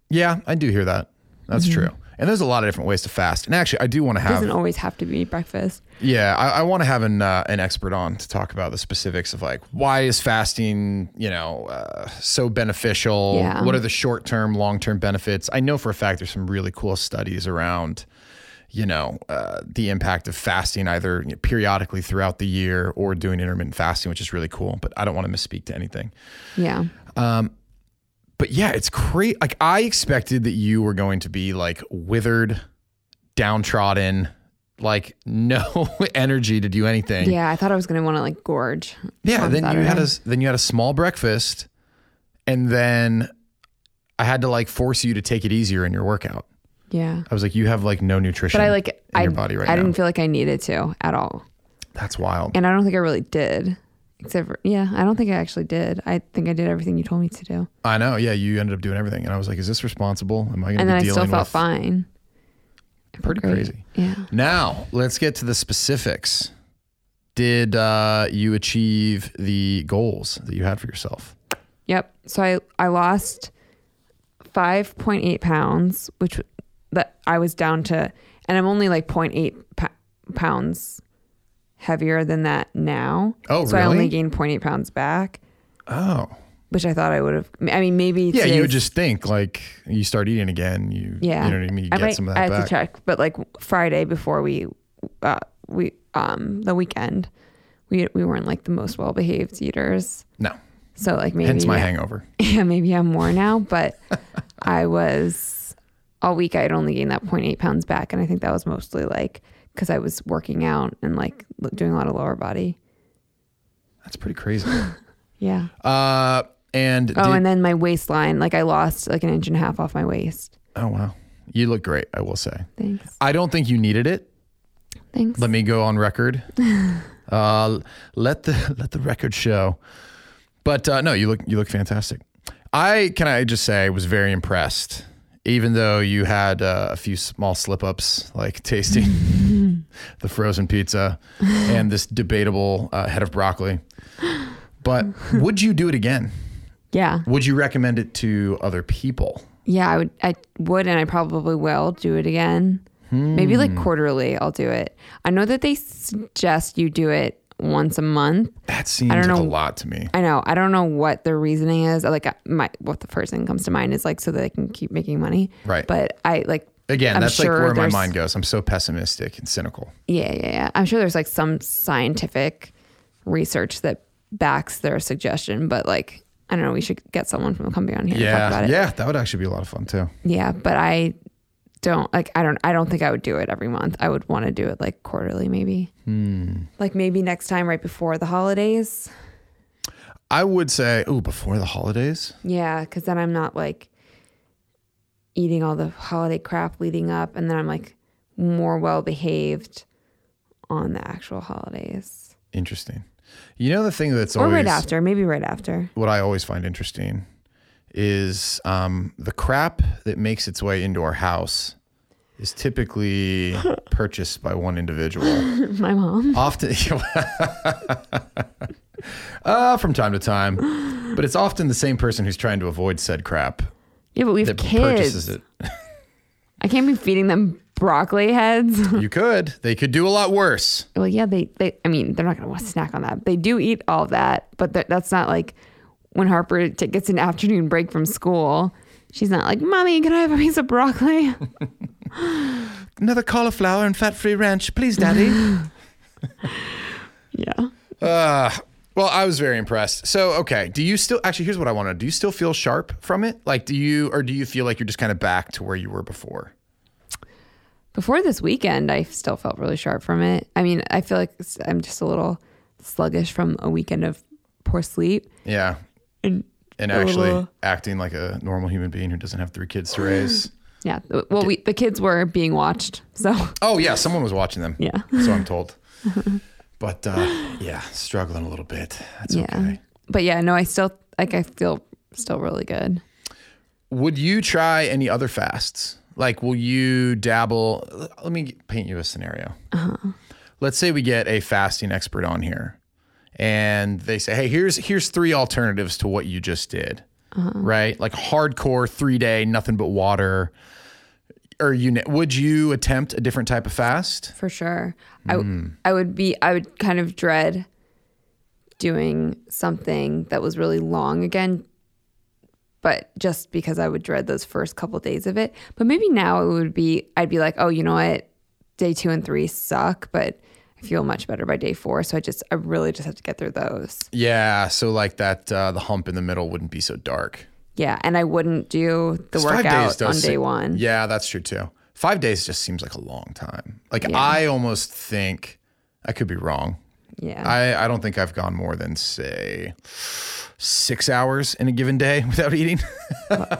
[SPEAKER 1] Yeah, I do hear that. That's
[SPEAKER 3] Mm-hmm.
[SPEAKER 1] true. And there's a lot of different ways to fast. And actually, I do want to
[SPEAKER 3] It doesn't
[SPEAKER 1] have,
[SPEAKER 3] always have to be breakfast.
[SPEAKER 1] yeah, I, I want to have an uh, an expert on to talk about the specifics of like why is fasting, you know, uh, so beneficial?
[SPEAKER 3] Yeah.
[SPEAKER 1] What are the short term, long term benefits? I know for a fact there's some really cool studies around, you know, uh, the impact of fasting either you know, periodically throughout the year or doing intermittent fasting, which is really cool. But I don't want to misspeak to anything.
[SPEAKER 3] Yeah.
[SPEAKER 1] but yeah, it's crazy. Like I expected that you were going to be like withered, downtrodden, like no energy to do anything.
[SPEAKER 3] Yeah. I thought I was going to want to like gorge.
[SPEAKER 1] Yeah,
[SPEAKER 3] on
[SPEAKER 1] Then you had a
[SPEAKER 3] Saturday.
[SPEAKER 1] s- then you had a small breakfast, and then I had to like force you to take it easier in your workout.
[SPEAKER 3] Yeah.
[SPEAKER 1] I was like, you have like no nutrition.
[SPEAKER 3] But I like,
[SPEAKER 1] in
[SPEAKER 3] I,
[SPEAKER 1] your body right
[SPEAKER 3] I
[SPEAKER 1] now.
[SPEAKER 3] didn't feel like I needed to at all.
[SPEAKER 1] That's wild.
[SPEAKER 3] And I don't think I really did. Except for, yeah, I don't think I actually did. I think I did everything you told me to do.
[SPEAKER 1] I know. Yeah, you ended up doing everything, and I was like, is this responsible? Am I going to
[SPEAKER 3] And
[SPEAKER 1] be
[SPEAKER 3] then I
[SPEAKER 1] dealing
[SPEAKER 3] still felt
[SPEAKER 1] with
[SPEAKER 3] fine. I felt
[SPEAKER 1] Pretty
[SPEAKER 3] great.
[SPEAKER 1] crazy.
[SPEAKER 3] Yeah.
[SPEAKER 1] Now, let's get to the specifics. Did uh, you achieve the goals that you had for yourself?
[SPEAKER 3] Yep. So I I lost five point eight pounds, which that I was down to, and I'm only like 0.8 pou- pounds heavier than that now.
[SPEAKER 1] Oh,
[SPEAKER 3] so I
[SPEAKER 1] really?
[SPEAKER 3] only gained 0.8 pounds back,
[SPEAKER 1] Oh,
[SPEAKER 3] which I thought I would have. I mean, maybe
[SPEAKER 1] yeah. You
[SPEAKER 3] today's-
[SPEAKER 1] would just think like you start eating again. You,
[SPEAKER 3] yeah.
[SPEAKER 1] you know what I mean. You
[SPEAKER 3] I
[SPEAKER 1] get
[SPEAKER 3] might-
[SPEAKER 1] some of
[SPEAKER 3] I
[SPEAKER 1] that
[SPEAKER 3] have
[SPEAKER 1] back.
[SPEAKER 3] to check, but like Friday before we uh, we um the weekend, we we weren't like the most well behaved eaters.
[SPEAKER 1] No,
[SPEAKER 3] So like maybe
[SPEAKER 1] hence my
[SPEAKER 3] yeah.
[SPEAKER 1] hangover.
[SPEAKER 3] yeah, maybe I'm more now, but I was all week. I had only gained that 0.8 pounds back, and I think that was mostly like because I was working out and like l- doing a lot of lower body.
[SPEAKER 1] That's pretty crazy.
[SPEAKER 3] Yeah.
[SPEAKER 1] uh, and
[SPEAKER 3] Oh,
[SPEAKER 1] did-
[SPEAKER 3] and then my waistline, like I lost like an inch and a half off my waist.
[SPEAKER 1] oh wow, You look great, I will say.
[SPEAKER 3] Thanks.
[SPEAKER 1] I don't think you needed it.
[SPEAKER 3] Thanks.
[SPEAKER 1] Let me go on record. uh, let the let the record show. But uh, no, you look you look fantastic. I can I just say I was very impressed, even though you had uh, a few small slip ups like tasting the frozen pizza and this debatable uh, head of broccoli. But would you do it again?
[SPEAKER 3] yeah.
[SPEAKER 1] Would you recommend it to other people?
[SPEAKER 3] Yeah, I would I would and I probably will do it again. Maybe
[SPEAKER 1] Hmm.
[SPEAKER 3] like quarterly I'll do it. I know that they suggest you do it once a month.
[SPEAKER 1] That seems
[SPEAKER 3] don't
[SPEAKER 1] like a
[SPEAKER 3] know.
[SPEAKER 1] lot to me.
[SPEAKER 3] I know. I don't know what their reasoning is. Like I- my what the first thing comes to mind is like so that they can keep making money.
[SPEAKER 1] Right.
[SPEAKER 3] But I like
[SPEAKER 1] Again,
[SPEAKER 3] I'm
[SPEAKER 1] that's
[SPEAKER 3] sure
[SPEAKER 1] like where my
[SPEAKER 3] there's-
[SPEAKER 1] mind goes. I'm so pessimistic and cynical.
[SPEAKER 3] Yeah, yeah, yeah. I'm sure there's like some scientific research that backs their suggestion, but like I don't know, we should get someone from the company on here to talk about it.
[SPEAKER 1] yeah, that would actually be a lot of fun too.
[SPEAKER 3] Yeah, but I don't like I don't I don't think I would do it every month. I would want to do it like quarterly maybe.
[SPEAKER 1] Hmm.
[SPEAKER 3] Like maybe next time right before the holidays.
[SPEAKER 1] I would say, oh, before the holidays,
[SPEAKER 3] Yeah, cuz then I'm not like eating all the holiday crap leading up and then I'm like more well behaved on the actual holidays.
[SPEAKER 1] interesting. You know the thing that's
[SPEAKER 3] Or
[SPEAKER 1] always
[SPEAKER 3] right after, maybe right after.
[SPEAKER 1] what I always find interesting is um, the crap that makes its way into our house is typically purchased by one individual.
[SPEAKER 3] My mom.
[SPEAKER 1] Often, uh, from time to time, but it's often the same person who's trying to avoid said crap
[SPEAKER 3] Yeah, but we have
[SPEAKER 1] that
[SPEAKER 3] kids.
[SPEAKER 1] purchases it.
[SPEAKER 3] I can't be feeding them broccoli heads.
[SPEAKER 1] You could, they could do a lot worse.
[SPEAKER 3] well, yeah, they, they, I mean, they're not going to snack on that. They do eat all of that, but that that's not like when Harper t- gets an afternoon break from school, she's not like, Mommy, can I have a piece of broccoli?
[SPEAKER 1] Another cauliflower and fat-free ranch, please, Daddy.
[SPEAKER 3] yeah.
[SPEAKER 1] Uh, well, I was very impressed. So, okay, do you still actually? Here's what I want to do. You still feel sharp from it? Like, do you or do you feel like you're just kind of back to where you were before?
[SPEAKER 3] Before this weekend, I still felt really sharp from it. I mean, I feel like s- I'm just a little sluggish from a weekend of poor sleep.
[SPEAKER 1] Yeah,
[SPEAKER 3] And
[SPEAKER 1] and actually
[SPEAKER 3] Uh.
[SPEAKER 1] acting like a normal human being who doesn't have three kids to raise.
[SPEAKER 3] yeah, th- well, we, the kids were being watched. So,
[SPEAKER 1] oh yeah, someone was watching them.
[SPEAKER 3] yeah.
[SPEAKER 1] so I'm told. But uh, yeah, struggling a little bit. That's
[SPEAKER 3] yeah.
[SPEAKER 1] okay.
[SPEAKER 3] But yeah, no, I still, like, I feel still really good.
[SPEAKER 1] Would you try any other fasts? Like, will you dabble? l- Let me paint you a scenario. Let's say we get a fasting expert on here, and they say, "Hey, here's here's three alternatives to what you just did." Right, like hardcore three day, nothing but water. Or you ne- would you attempt a different type of fast?
[SPEAKER 3] for sure. I I would be I would kind of dread doing something that was really long again, but just because I would dread those first couple days of it. But maybe now it would be I'd be like, oh, you know what, day two and three suck, but I feel much better by day four. So I just I really just have to get through those.
[SPEAKER 1] Yeah, so like that, uh, the hump in the middle wouldn't be so dark.
[SPEAKER 3] Yeah, and I wouldn't do the workout on
[SPEAKER 1] se-
[SPEAKER 3] day one.
[SPEAKER 1] Yeah, that's true too. Five days just seems like a long time. Like I almost think I could be wrong.
[SPEAKER 3] Yeah.
[SPEAKER 1] I, I don't think I've gone more than say six hours in a given day without eating.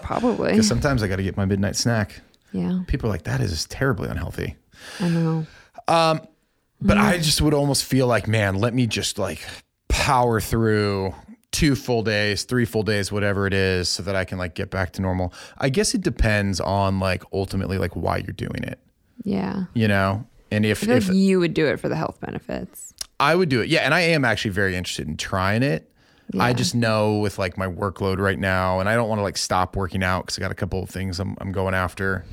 [SPEAKER 3] probably.
[SPEAKER 1] Because sometimes I got to get my midnight snack.
[SPEAKER 3] Yeah,
[SPEAKER 1] People are like, that is terribly unhealthy.
[SPEAKER 3] I know.
[SPEAKER 1] But I just would almost feel like, man, let me just like power through two full days, three full days, whatever it is, so that I can like get back to normal. I guess it depends on like ultimately like why you're doing it.
[SPEAKER 3] Yeah.
[SPEAKER 1] you know and if,
[SPEAKER 3] I feel
[SPEAKER 1] if
[SPEAKER 3] like you would do it for the health benefits.
[SPEAKER 1] i would do it yeah and i am actually very interested in trying it i just know with like my workload right now and i don't want to like stop working out because i got a couple of things i'm, I'm going after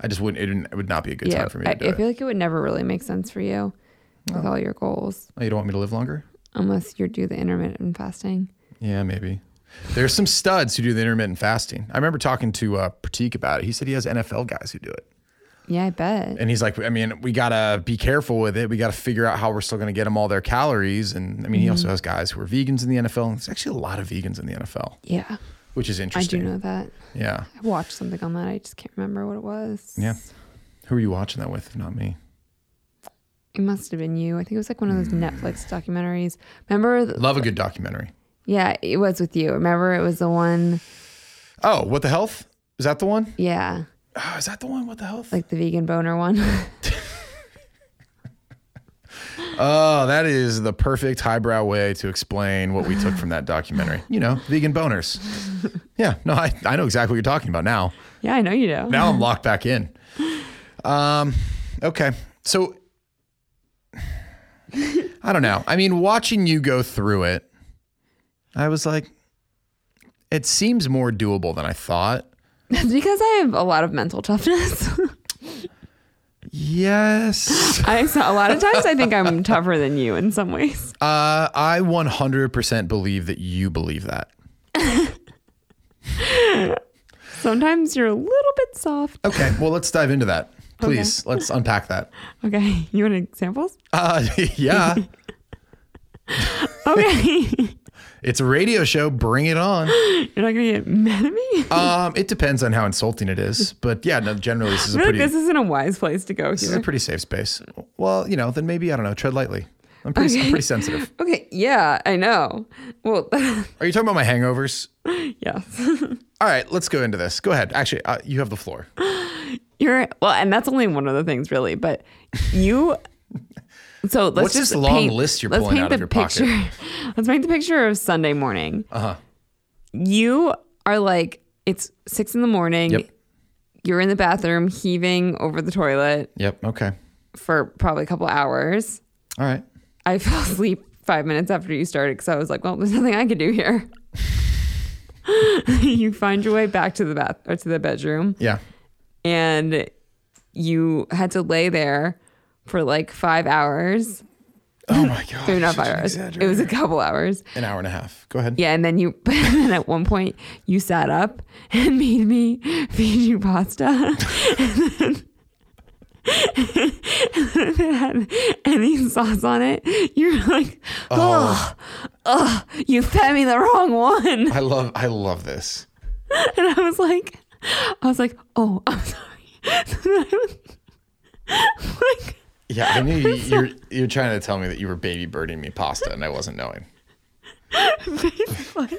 [SPEAKER 1] i just wouldn't it, wouldn't it would not be a good time for me to
[SPEAKER 3] I,
[SPEAKER 1] do
[SPEAKER 3] I
[SPEAKER 1] it
[SPEAKER 3] feel like it would never really make sense for you with all your goals
[SPEAKER 1] oh, you don't want me to live longer
[SPEAKER 3] unless you do the intermittent fasting.
[SPEAKER 1] yeah maybe there's some studs who do the intermittent fasting i remember talking to uh, pratik about it he said he has nfl guys who do it
[SPEAKER 3] Yeah, I bet.
[SPEAKER 1] and he's like i mean we gotta be careful with it we gotta figure out how we're still gonna get them all their calories and i mean he
[SPEAKER 3] Mm-hmm.
[SPEAKER 1] also has guys who are vegans in the nfl and there's actually a lot of vegans in the nfl
[SPEAKER 3] Yeah,
[SPEAKER 1] which is
[SPEAKER 3] I do
[SPEAKER 1] interesting.
[SPEAKER 3] know that.
[SPEAKER 1] Yeah.
[SPEAKER 3] I watched something on that. I just can't remember what it was.
[SPEAKER 1] Yeah. Who are you watching that with? If not me.
[SPEAKER 3] It must have been you. I think it was like one of those
[SPEAKER 1] Mm.
[SPEAKER 3] Netflix documentaries. Remember? th-
[SPEAKER 1] Love a good documentary.
[SPEAKER 3] yeah, it was with you. Remember it was the one.
[SPEAKER 1] Oh, what the health? Is that the one?
[SPEAKER 3] Yeah.
[SPEAKER 1] Oh, is that the one? What the hell?
[SPEAKER 3] like the vegan boner one.
[SPEAKER 1] Oh, that is the perfect highbrow way to explain what we took from that documentary. You know, vegan boners. Yeah, no, I, I know exactly what you're talking about now.
[SPEAKER 3] yeah, I know you know.
[SPEAKER 1] Now I'm locked back in. Um, okay. So I don't know. I mean, watching you go through it, I was like, it seems more doable than I thought.
[SPEAKER 3] That's because I have a lot of mental toughness.
[SPEAKER 1] Yes.
[SPEAKER 3] I so- a lot of times I think I'm tougher than you in some ways.
[SPEAKER 1] Uh, I 100% believe that you believe that.
[SPEAKER 3] Sometimes you're a little bit soft.
[SPEAKER 1] Okay. Well, let's dive into that. Please, let's unpack that.
[SPEAKER 3] Okay, you want examples?
[SPEAKER 1] Uh, yeah.
[SPEAKER 3] Okay, you're
[SPEAKER 1] It's a radio show. Bring it on.
[SPEAKER 3] not gonna get mad at me.
[SPEAKER 1] Um, it depends on how insulting it is, but yeah, no. Generally, this is a
[SPEAKER 3] I feel like
[SPEAKER 1] pretty
[SPEAKER 3] this isn't a wise place to go
[SPEAKER 1] this is a
[SPEAKER 3] here.
[SPEAKER 1] pretty safe space. Well, you know, then maybe I don't know. Tread lightly. I'm pretty I'm pretty sensitive.
[SPEAKER 3] Okay, yeah, I know. Well,
[SPEAKER 1] Are you talking about my hangovers?
[SPEAKER 3] yes,
[SPEAKER 1] All right, let's go into this. Go ahead. Actually, uh, you have the floor.
[SPEAKER 3] you're well, and that's only one of the things, really. But you. So let's
[SPEAKER 1] What's
[SPEAKER 3] just
[SPEAKER 1] this long
[SPEAKER 3] paint-
[SPEAKER 1] list you're
[SPEAKER 3] let's
[SPEAKER 1] pulling
[SPEAKER 3] paint
[SPEAKER 1] out of
[SPEAKER 3] the
[SPEAKER 1] your pocket? Uh-huh.
[SPEAKER 3] picture. Let's paint the picture of Sunday morning. Uh huh. You are like it's six in the morning.
[SPEAKER 1] Yep.
[SPEAKER 3] You're in the bathroom, heaving over the toilet
[SPEAKER 1] Yep. Okay.
[SPEAKER 3] for probably a couple hours.
[SPEAKER 1] All right.
[SPEAKER 3] I fell asleep five minutes after you started because I was like, well, there's nothing I could do here. you find your way back to the bath or to the bedroom,
[SPEAKER 1] Yeah.
[SPEAKER 3] and you had to lay there for like five hours.
[SPEAKER 1] Oh my god.
[SPEAKER 3] Maybe not
[SPEAKER 1] Such
[SPEAKER 3] five
[SPEAKER 1] an
[SPEAKER 3] hours. It
[SPEAKER 1] exaggerator.
[SPEAKER 3] was a couple hours.
[SPEAKER 1] an hour and a half. Go ahead.
[SPEAKER 3] Yeah, and then you, and then at one point you sat up and made me feed you pasta. and then, and then if it had any sauce on it, you're like, oh, oh, you fed me the wrong one.
[SPEAKER 1] I love I love this.
[SPEAKER 3] And I was like, I was like, oh, I'm sorry. So then I was like,
[SPEAKER 1] Yeah, I knew you, you're you're trying to tell me that you were baby birding me pasta, and I wasn't knowing.
[SPEAKER 3] Because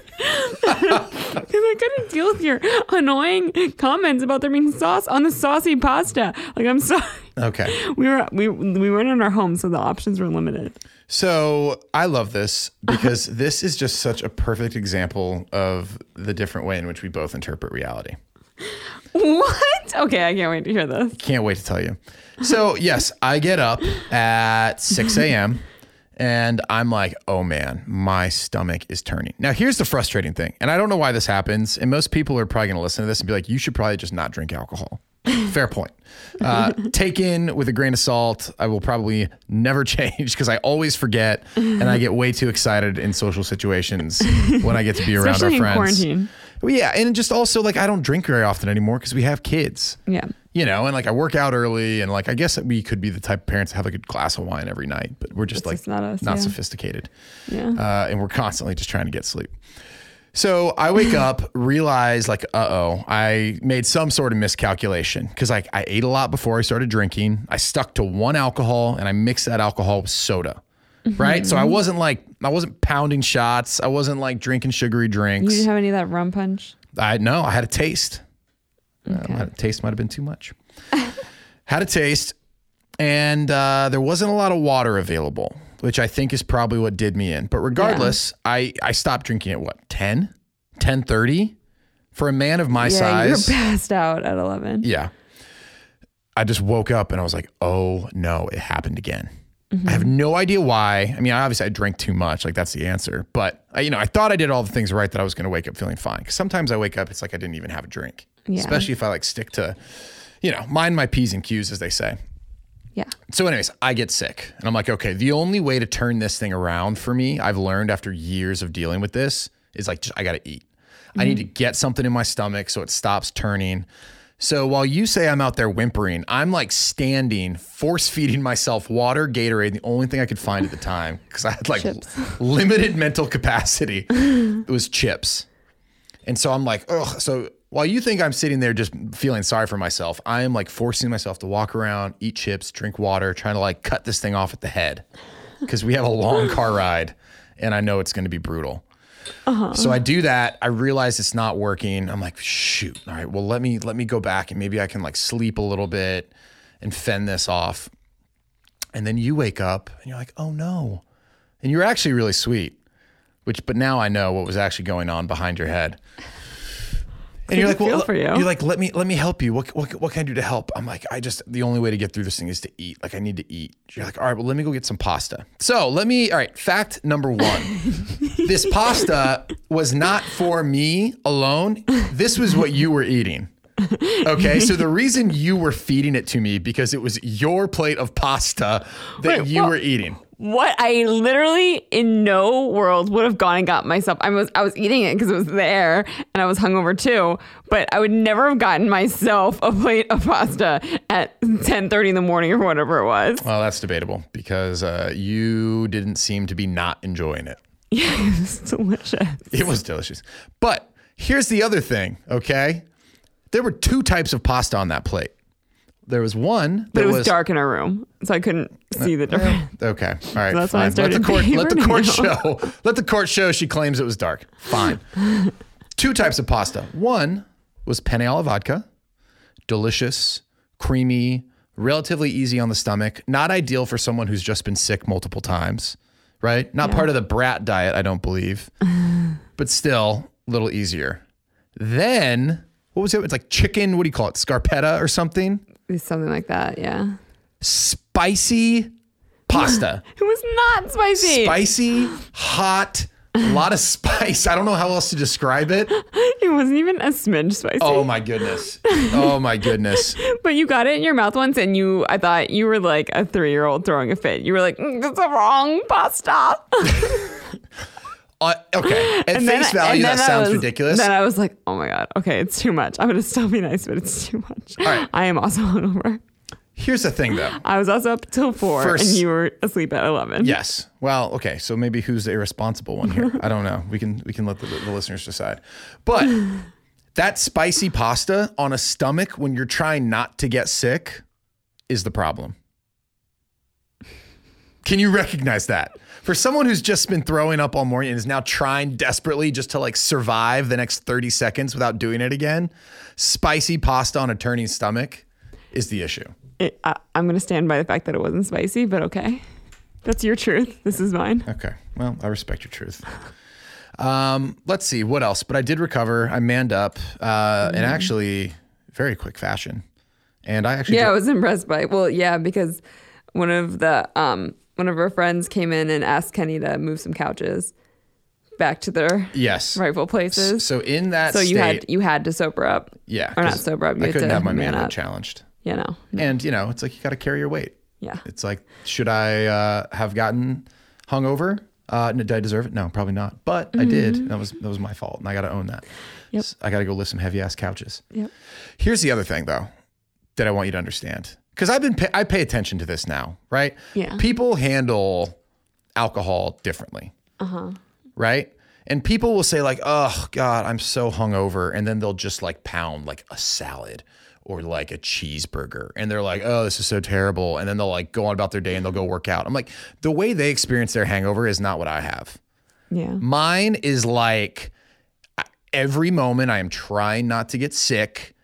[SPEAKER 3] I couldn't deal with your annoying comments about there being sauce on the saucy pasta. Like, I'm sorry.
[SPEAKER 1] Okay.
[SPEAKER 3] We were we we weren't in our home, so the options were limited.
[SPEAKER 1] So I love this because this is just such a perfect example of the different way in which we both interpret reality.
[SPEAKER 3] What? Okay, I can't wait to hear this.
[SPEAKER 1] Can't wait to tell you. So, yes, I get up at 6 a.m. and I'm like, oh man, my stomach is turning. Now, here's the frustrating thing. And I don't know why this happens. And most people are probably going to listen to this and be like, you should probably just not drink alcohol. Fair point. Uh, take in with a grain of salt. I will probably never change because I always forget and I get way too excited in social situations when I get to be around
[SPEAKER 3] Especially in
[SPEAKER 1] our friends.
[SPEAKER 3] quarantine.
[SPEAKER 1] Well, yeah. And just also, like, I don't drink very often anymore because we have kids
[SPEAKER 3] Yeah.
[SPEAKER 1] you know, and like I work out early, and like I guess that we could be the type of parents to have like a glass of wine every night, but we're just like
[SPEAKER 3] just not us, yeah.
[SPEAKER 1] sophisticated,
[SPEAKER 3] Yeah.
[SPEAKER 1] uh, and we're constantly just trying to get sleep. So I wake up, realize like, uh oh, I made some sort of miscalculation because like I ate a lot before I started drinking. I stuck to one alcohol, and I mixed that alcohol with soda. Right,
[SPEAKER 3] Mm-hmm.
[SPEAKER 1] so I wasn't like I wasn't pounding shots. I wasn't like drinking sugary
[SPEAKER 3] You
[SPEAKER 1] drinks.
[SPEAKER 3] didn't have any of that rum punch.
[SPEAKER 1] I no, I had a taste. Uh, might- taste might have been too much. had a taste, and uh, there wasn't a lot of water available, which I think is probably what did me in. But regardless, I I stopped drinking at what 10? 10.30? For a man of my
[SPEAKER 3] yeah,
[SPEAKER 1] size,
[SPEAKER 3] you were passed out at eleven.
[SPEAKER 1] yeah. I just woke up and I was like, oh no, it happened again. I have no idea why. I mean, obviously I drank too much. Like that's the answer. But I, you know, I thought I did all the things right that I was going to wake up feeling fine. Because sometimes I wake up, it's like I didn't even have a drink.
[SPEAKER 3] Yeah.
[SPEAKER 1] Especially if I like stick to, you know, mind my p's and q's as they say.
[SPEAKER 3] Yeah.
[SPEAKER 1] So, anyways, I get sick and I'm like, okay, the only way to turn this thing around for me, I've learned after years of dealing with this, is like, just, I got to eat. I need to get something in my stomach so it stops turning. So, while you say I'm out there whimpering, I'm like standing, force feeding myself water, Gatorade, the only thing I could find at the time, because I had like
[SPEAKER 3] Chips.
[SPEAKER 1] limited mental capacity. it was chips. And so I'm like, ugh. So while you think I'm sitting there just feeling sorry for myself, I am like forcing myself to walk around, eat chips, drink water, trying to like cut this thing off at the head because we have a long car ride and I know it's going to be brutal.
[SPEAKER 3] Uh-huh.
[SPEAKER 1] So I do that. I realize it's not working. I'm like, shoot. All right. Well, let me let me go back and maybe I can like sleep a little bit and fend this off. And then you wake up and you're like, oh no. And you're actually really sweet. Which, but now I know what was actually going on behind your head. And you're like,
[SPEAKER 3] feel
[SPEAKER 1] well,
[SPEAKER 3] for you.
[SPEAKER 1] you're like, let me let me help you. What, what what can I do to help? I'm like, I just the only way to get through this thing is to eat. Like I need to eat. You're like, all right, well, let me go get some pasta. So let me. All right, fact number one: this pasta was not for me alone. This was what you were eating. Okay, so the reason you were feeding it to me because it was your plate of pasta that
[SPEAKER 3] Wait,
[SPEAKER 1] you
[SPEAKER 3] what?
[SPEAKER 1] were eating.
[SPEAKER 3] What I literally in no world would have gone and got myself. I was I was eating it because it was there and I was hungover too. But I would never have gotten myself a plate of pasta at ten thirty in the morning or whatever it was.
[SPEAKER 1] Well, that's debatable because uh, you didn't seem to be not enjoying it.
[SPEAKER 3] Yeah, it was delicious.
[SPEAKER 1] It was delicious. But here's the other thing, okay? There were two types of pasta on that plate. There was Uh, one
[SPEAKER 3] But
[SPEAKER 1] that
[SPEAKER 3] it was, dark in our room, so I couldn't see the difference.
[SPEAKER 1] Oh, Okay. All right.
[SPEAKER 3] that's why I
[SPEAKER 1] fine. let the
[SPEAKER 3] started
[SPEAKER 1] court let the
[SPEAKER 3] favoring
[SPEAKER 1] court
[SPEAKER 3] it.
[SPEAKER 1] show. Let the court show she claims it was dark. Fine. Two types of pasta. One was penne alla vodka. Delicious, creamy, relatively easy on the stomach. Not ideal for someone who's just been sick multiple times, right? Not part of the brat diet, I don't believe. but still, a little easier. Then, what was it? It's like chicken, what do you call it? Scarpetta or something?
[SPEAKER 3] Something like that, yeah.
[SPEAKER 1] Spicy pasta.
[SPEAKER 3] It was not spicy.
[SPEAKER 1] spicy, hot, a lot of spice. I don't know how else to describe it.
[SPEAKER 3] it wasn't even a smidge spicy.
[SPEAKER 1] Oh my goodness. Oh my goodness.
[SPEAKER 3] But you got it in your mouth once, and you, I thought you were like a three year old throwing a fit. You were like, mm, that's the wrong pasta.
[SPEAKER 1] Uh, okay. At
[SPEAKER 3] And then
[SPEAKER 1] face
[SPEAKER 3] I-
[SPEAKER 1] value,
[SPEAKER 3] and
[SPEAKER 1] that
[SPEAKER 3] then I
[SPEAKER 1] sounds
[SPEAKER 3] was-
[SPEAKER 1] ridiculous.
[SPEAKER 3] Then I was like, oh my God, okay, it's too much. I'm going to still be nice, but it's too much.
[SPEAKER 1] right.
[SPEAKER 3] I am also hungover.
[SPEAKER 1] Here's the thing, though.
[SPEAKER 3] I was also up till four,
[SPEAKER 1] First-
[SPEAKER 3] and you were asleep at 11.
[SPEAKER 1] Yes. Well, okay. So maybe who's the irresponsible one here? I don't know. We can we can let the, the listeners decide. But that spicy pasta on a stomach when you're trying not to get sick is the problem. Can you recognize that? For someone who's just been throwing up all morning and is now trying desperately just to like survive the next 30 seconds without doing it again, spicy pasta on a turning stomach is the issue.
[SPEAKER 3] It, I, I'm going to stand by the fact that it wasn't spicy, but okay. That's your truth. This is mine.
[SPEAKER 1] Okay. Well, I respect your truth. Um, let's see what else. But I did recover. I manned up uh,
[SPEAKER 3] Mm-hmm.
[SPEAKER 1] in actually very quick fashion, and I actually
[SPEAKER 3] Yeah, I
[SPEAKER 1] dro-
[SPEAKER 3] was impressed by. Well, yeah, because one of the um one of our friends came in and asked Kenny to move some couches back to their
[SPEAKER 1] yes.
[SPEAKER 3] rightful
[SPEAKER 1] S-
[SPEAKER 3] places.
[SPEAKER 1] So in that
[SPEAKER 3] So
[SPEAKER 1] state,
[SPEAKER 3] you had you had to sober up.
[SPEAKER 1] yeah,
[SPEAKER 3] or not
[SPEAKER 1] 'cause
[SPEAKER 3] sober up, you
[SPEAKER 1] I
[SPEAKER 3] had
[SPEAKER 1] couldn't
[SPEAKER 3] to
[SPEAKER 1] have my
[SPEAKER 3] man
[SPEAKER 1] manhood
[SPEAKER 3] up. Mm-hmm.
[SPEAKER 1] challenged,
[SPEAKER 3] You know.
[SPEAKER 1] and you know, it's like you got to carry your weight.
[SPEAKER 3] Yeah.
[SPEAKER 1] It's like, should I uh, have gotten hungover? Uh, no, did I deserve it? No, probably not. But I did. That was that was my fault, and I got to own that.
[SPEAKER 3] Mm-hmm. Yep.
[SPEAKER 1] S- I got to go lift some heavy ass couches.
[SPEAKER 3] Yep.
[SPEAKER 1] Here's the other thing, though, that I want you to understand, because I've been pa- I pay attention to this now, right?
[SPEAKER 3] Yeah.
[SPEAKER 1] People handle alcohol differently. Uh huh. Right. And people will say like, "Oh God, I'm so hungover," and then they'll just like pound like a salad or like a cheeseburger, and they're like, "Oh, this is so terrible," and then they'll like go on about their day and they'll go work out. I'm like, the way they experience their hangover is not what I have.
[SPEAKER 3] Yeah.
[SPEAKER 1] Mine is like every moment I am trying not to get sick,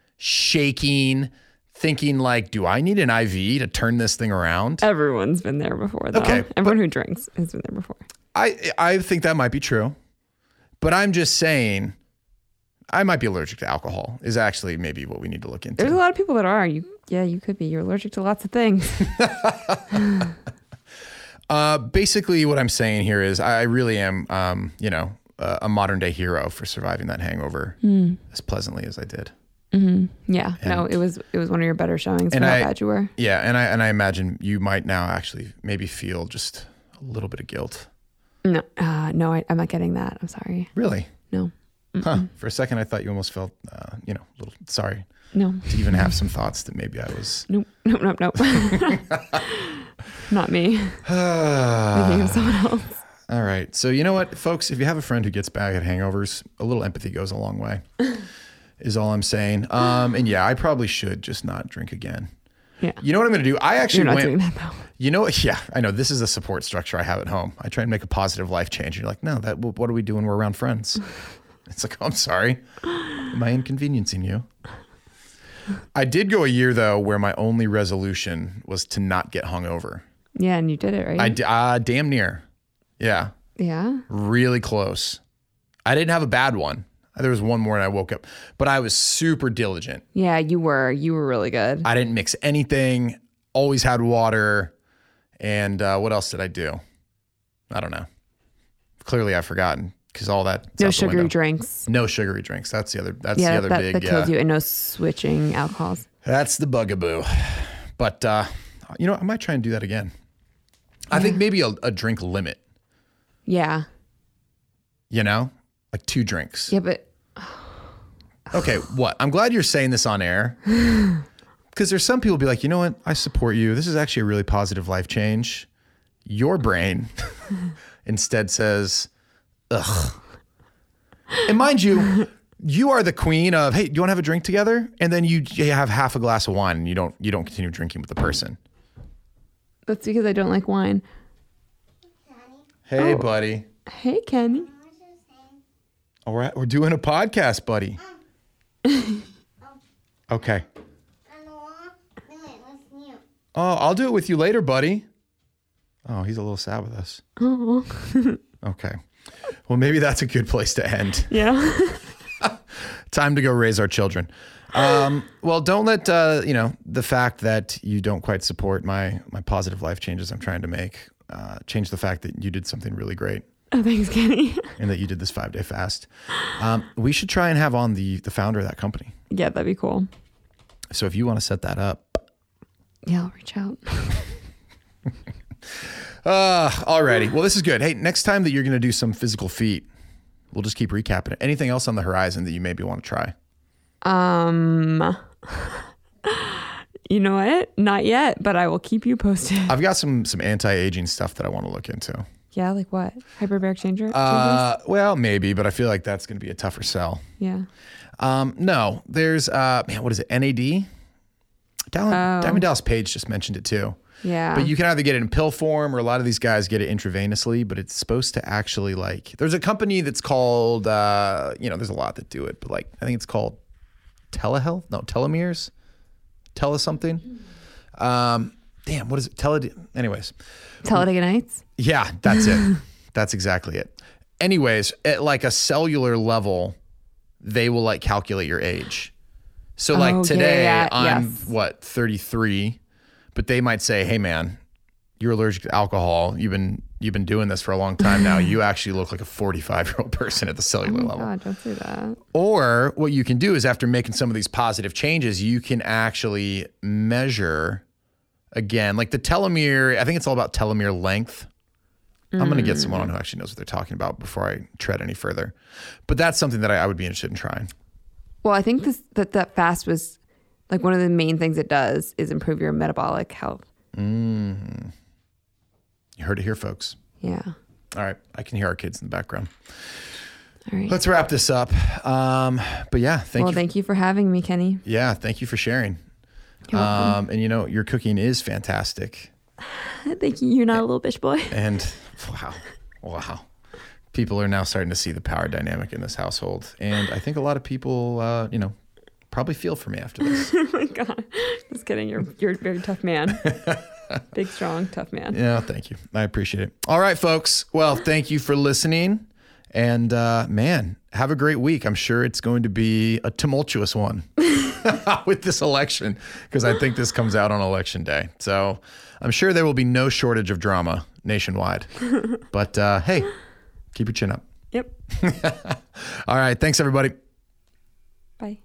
[SPEAKER 1] shaking, thinking like, do I need an IV to turn this thing around?
[SPEAKER 3] Everyone's been there before though.
[SPEAKER 1] Okay,
[SPEAKER 3] Everyone who drinks has been there before.
[SPEAKER 1] I I think that might be true. But I'm just saying I might be allergic to alcohol is actually maybe what we need to look into.
[SPEAKER 3] There's a lot of people that are. You yeah, you could be. You're allergic to lots of things.
[SPEAKER 1] Uh, basically, what I'm saying here is I really am, um, you know, uh, a modern day hero for surviving that hangover as pleasantly as I did.
[SPEAKER 3] Yeah. no, it was it was one of your better showings for
[SPEAKER 1] And
[SPEAKER 3] how
[SPEAKER 1] I-
[SPEAKER 3] bad you were.
[SPEAKER 1] Yeah, and I and I imagine you might now actually maybe feel just a little bit of guilt.
[SPEAKER 3] No, uh, no, I, I'm not getting that. I'm sorry.
[SPEAKER 1] Really?
[SPEAKER 3] No,
[SPEAKER 1] Huh. For a second, I thought you almost felt, uh, you know, a little sorry
[SPEAKER 3] no.
[SPEAKER 1] to even have some thoughts that maybe I was.
[SPEAKER 3] Nope, nope, nope, nope. Not me. Thinking of someone else.
[SPEAKER 1] All right. So you know what, folks, if you have a friend who gets bad at hangovers, a little empathy goes a long way. is all I'm saying. Um, and yeah, I probably should just not drink again.
[SPEAKER 3] Yeah.
[SPEAKER 1] You know what I'm going to do? I actually
[SPEAKER 3] You're not
[SPEAKER 1] went.
[SPEAKER 3] doing that though.
[SPEAKER 1] You know what? Yeah, I know. This is the support structure I have at home. I try and make a positive life change. You're like, no, that. What are we doing? We're around friends. It's like, "Oh, I'm sorry. Am I inconveniencing you? I did go a year though where my only resolution was to not get hungover.
[SPEAKER 3] Yeah, and you did it, right?
[SPEAKER 1] I d- uh, damn near. Yeah,
[SPEAKER 3] yeah.
[SPEAKER 1] really close. I didn't have a bad one. There was one morning I woke up, but I was super diligent.
[SPEAKER 3] Yeah, you were. You were really good.
[SPEAKER 1] I didn't mix anything. Always had water. And uh, what else did I do? I don't know. Clearly, I've forgotten because all that
[SPEAKER 3] no sugary drinks.
[SPEAKER 1] no sugary drinks. That's the other. That's
[SPEAKER 3] Yeah,
[SPEAKER 1] the
[SPEAKER 3] that,
[SPEAKER 1] other
[SPEAKER 3] that,
[SPEAKER 1] big.
[SPEAKER 3] that killed
[SPEAKER 1] uh,
[SPEAKER 3] you. And no switching alcohols.
[SPEAKER 1] That's the bugaboo. But uh, you know, I might try and do that again. I think maybe a, a drink limit.
[SPEAKER 3] Yeah.
[SPEAKER 1] You know, like two drinks.
[SPEAKER 3] Yeah, but
[SPEAKER 1] Okay, what? I'm glad you're saying this on air. Because there's some people be like, you know what? I support you. This is actually a really positive life change. Your brain instead says, ugh. And mind you, you are the queen of, hey, do you want to have a drink together? And then you you have half a glass of wine and you don't you don't continue drinking with the person.
[SPEAKER 3] that's because I don't like wine.
[SPEAKER 1] Hey, buddy.
[SPEAKER 3] Hey, Kenny.
[SPEAKER 1] All right, we're doing a podcast, buddy. okay. Oh, I'll do it with you later, buddy. Oh, he's a little sad with us.
[SPEAKER 3] Oh.
[SPEAKER 1] Okay. Well, maybe that's a good place to end.
[SPEAKER 3] Yeah.
[SPEAKER 1] Time to go raise our children. Um, well, don't let uh, you know the fact that you don't quite support my my positive life changes I'm trying to make uh, change the fact that you did something really great
[SPEAKER 3] oh, thanks, Kenny.
[SPEAKER 1] and that you did this five day fast. Um, we should try and have on the the founder of that company.
[SPEAKER 3] yeah, that'd be cool.
[SPEAKER 1] So if you want to set that up,
[SPEAKER 3] Yeah, I'll reach out.
[SPEAKER 1] Uh, alrighty. Well, this is good. Hey, next time that you're going to do some physical feat, we'll just keep recapping it. Anything else on the horizon that you maybe want to try?
[SPEAKER 3] Um, you know what? Not yet, but I will keep you posted.
[SPEAKER 1] I've got some some anti-aging stuff that I want to look into.
[SPEAKER 3] yeah, like what? Hyperbaric changer? chambers?
[SPEAKER 1] Uh, well, maybe, but I feel like that's going to be a tougher sell.
[SPEAKER 3] yeah.
[SPEAKER 1] Um, no, there's uh, man, what is it? NAD. Diamond,
[SPEAKER 3] Oh.
[SPEAKER 1] Diamond Dallas Page just mentioned it too.
[SPEAKER 3] Yeah.
[SPEAKER 1] But you can either get it in pill form, or a lot of these guys get it intravenously. But it's supposed to actually like. There's a company that's called, uh, you know, there's a lot that do it, but like I think it's called telehealth. No, telomeres, tele something. Um, damn, what is it? Tele. Anyways,
[SPEAKER 3] Teledicanites?
[SPEAKER 1] yeah, that's it. that's exactly it. Anyways, at like a cellular level, they will like calculate your age. So like
[SPEAKER 3] Oh, yeah,
[SPEAKER 1] today
[SPEAKER 3] yeah, yeah.
[SPEAKER 1] I'm
[SPEAKER 3] Yes.
[SPEAKER 1] what 33, but they might say, "Hey man, you're allergic to alcohol. You've been you've been doing this for a long time now. You actually look like a 45-year-old person at the cellular level."
[SPEAKER 3] God, don't say that.
[SPEAKER 1] Or what you can do is after making some of these positive changes, you can actually measure again, like the telomere. I think it's all about telomere length. I'm going to get someone on who actually knows what they're talking about before I tread any further. But that's something that I, I would be interested in trying.
[SPEAKER 3] Well, I think this, that that fast was like one of the main things it does is improve your metabolic health.
[SPEAKER 1] You heard it here, folks.
[SPEAKER 3] Yeah.
[SPEAKER 1] All right. I can hear our kids in the background.
[SPEAKER 3] All right.
[SPEAKER 1] Let's wrap this up. Um, but yeah, thank
[SPEAKER 3] well,
[SPEAKER 1] you.
[SPEAKER 3] thank you for having me, Kenny.
[SPEAKER 1] yeah, thank you for sharing.
[SPEAKER 3] You're welcome.
[SPEAKER 1] Um, and you know, your cooking is fantastic.
[SPEAKER 3] thank you. You're not a little bitch boy.
[SPEAKER 1] And wow, wow. People are now starting to see the power dynamic in this household. And I think a lot of people, uh, you know, probably feel for me after this.
[SPEAKER 3] oh my God. Just kidding. You're, you're a very tough man. Big, strong, tough man.
[SPEAKER 1] yeah, thank you. I appreciate it. All right, folks. Well, thank you for listening. And uh, man, have a great week. I'm sure it's going to be a tumultuous one with this election because I think this comes out on election day. So I'm sure there will be no shortage of drama nationwide. But uh, hey, keep your chin up.
[SPEAKER 3] Yep.
[SPEAKER 1] All right. Thanks, everybody.
[SPEAKER 3] Bye.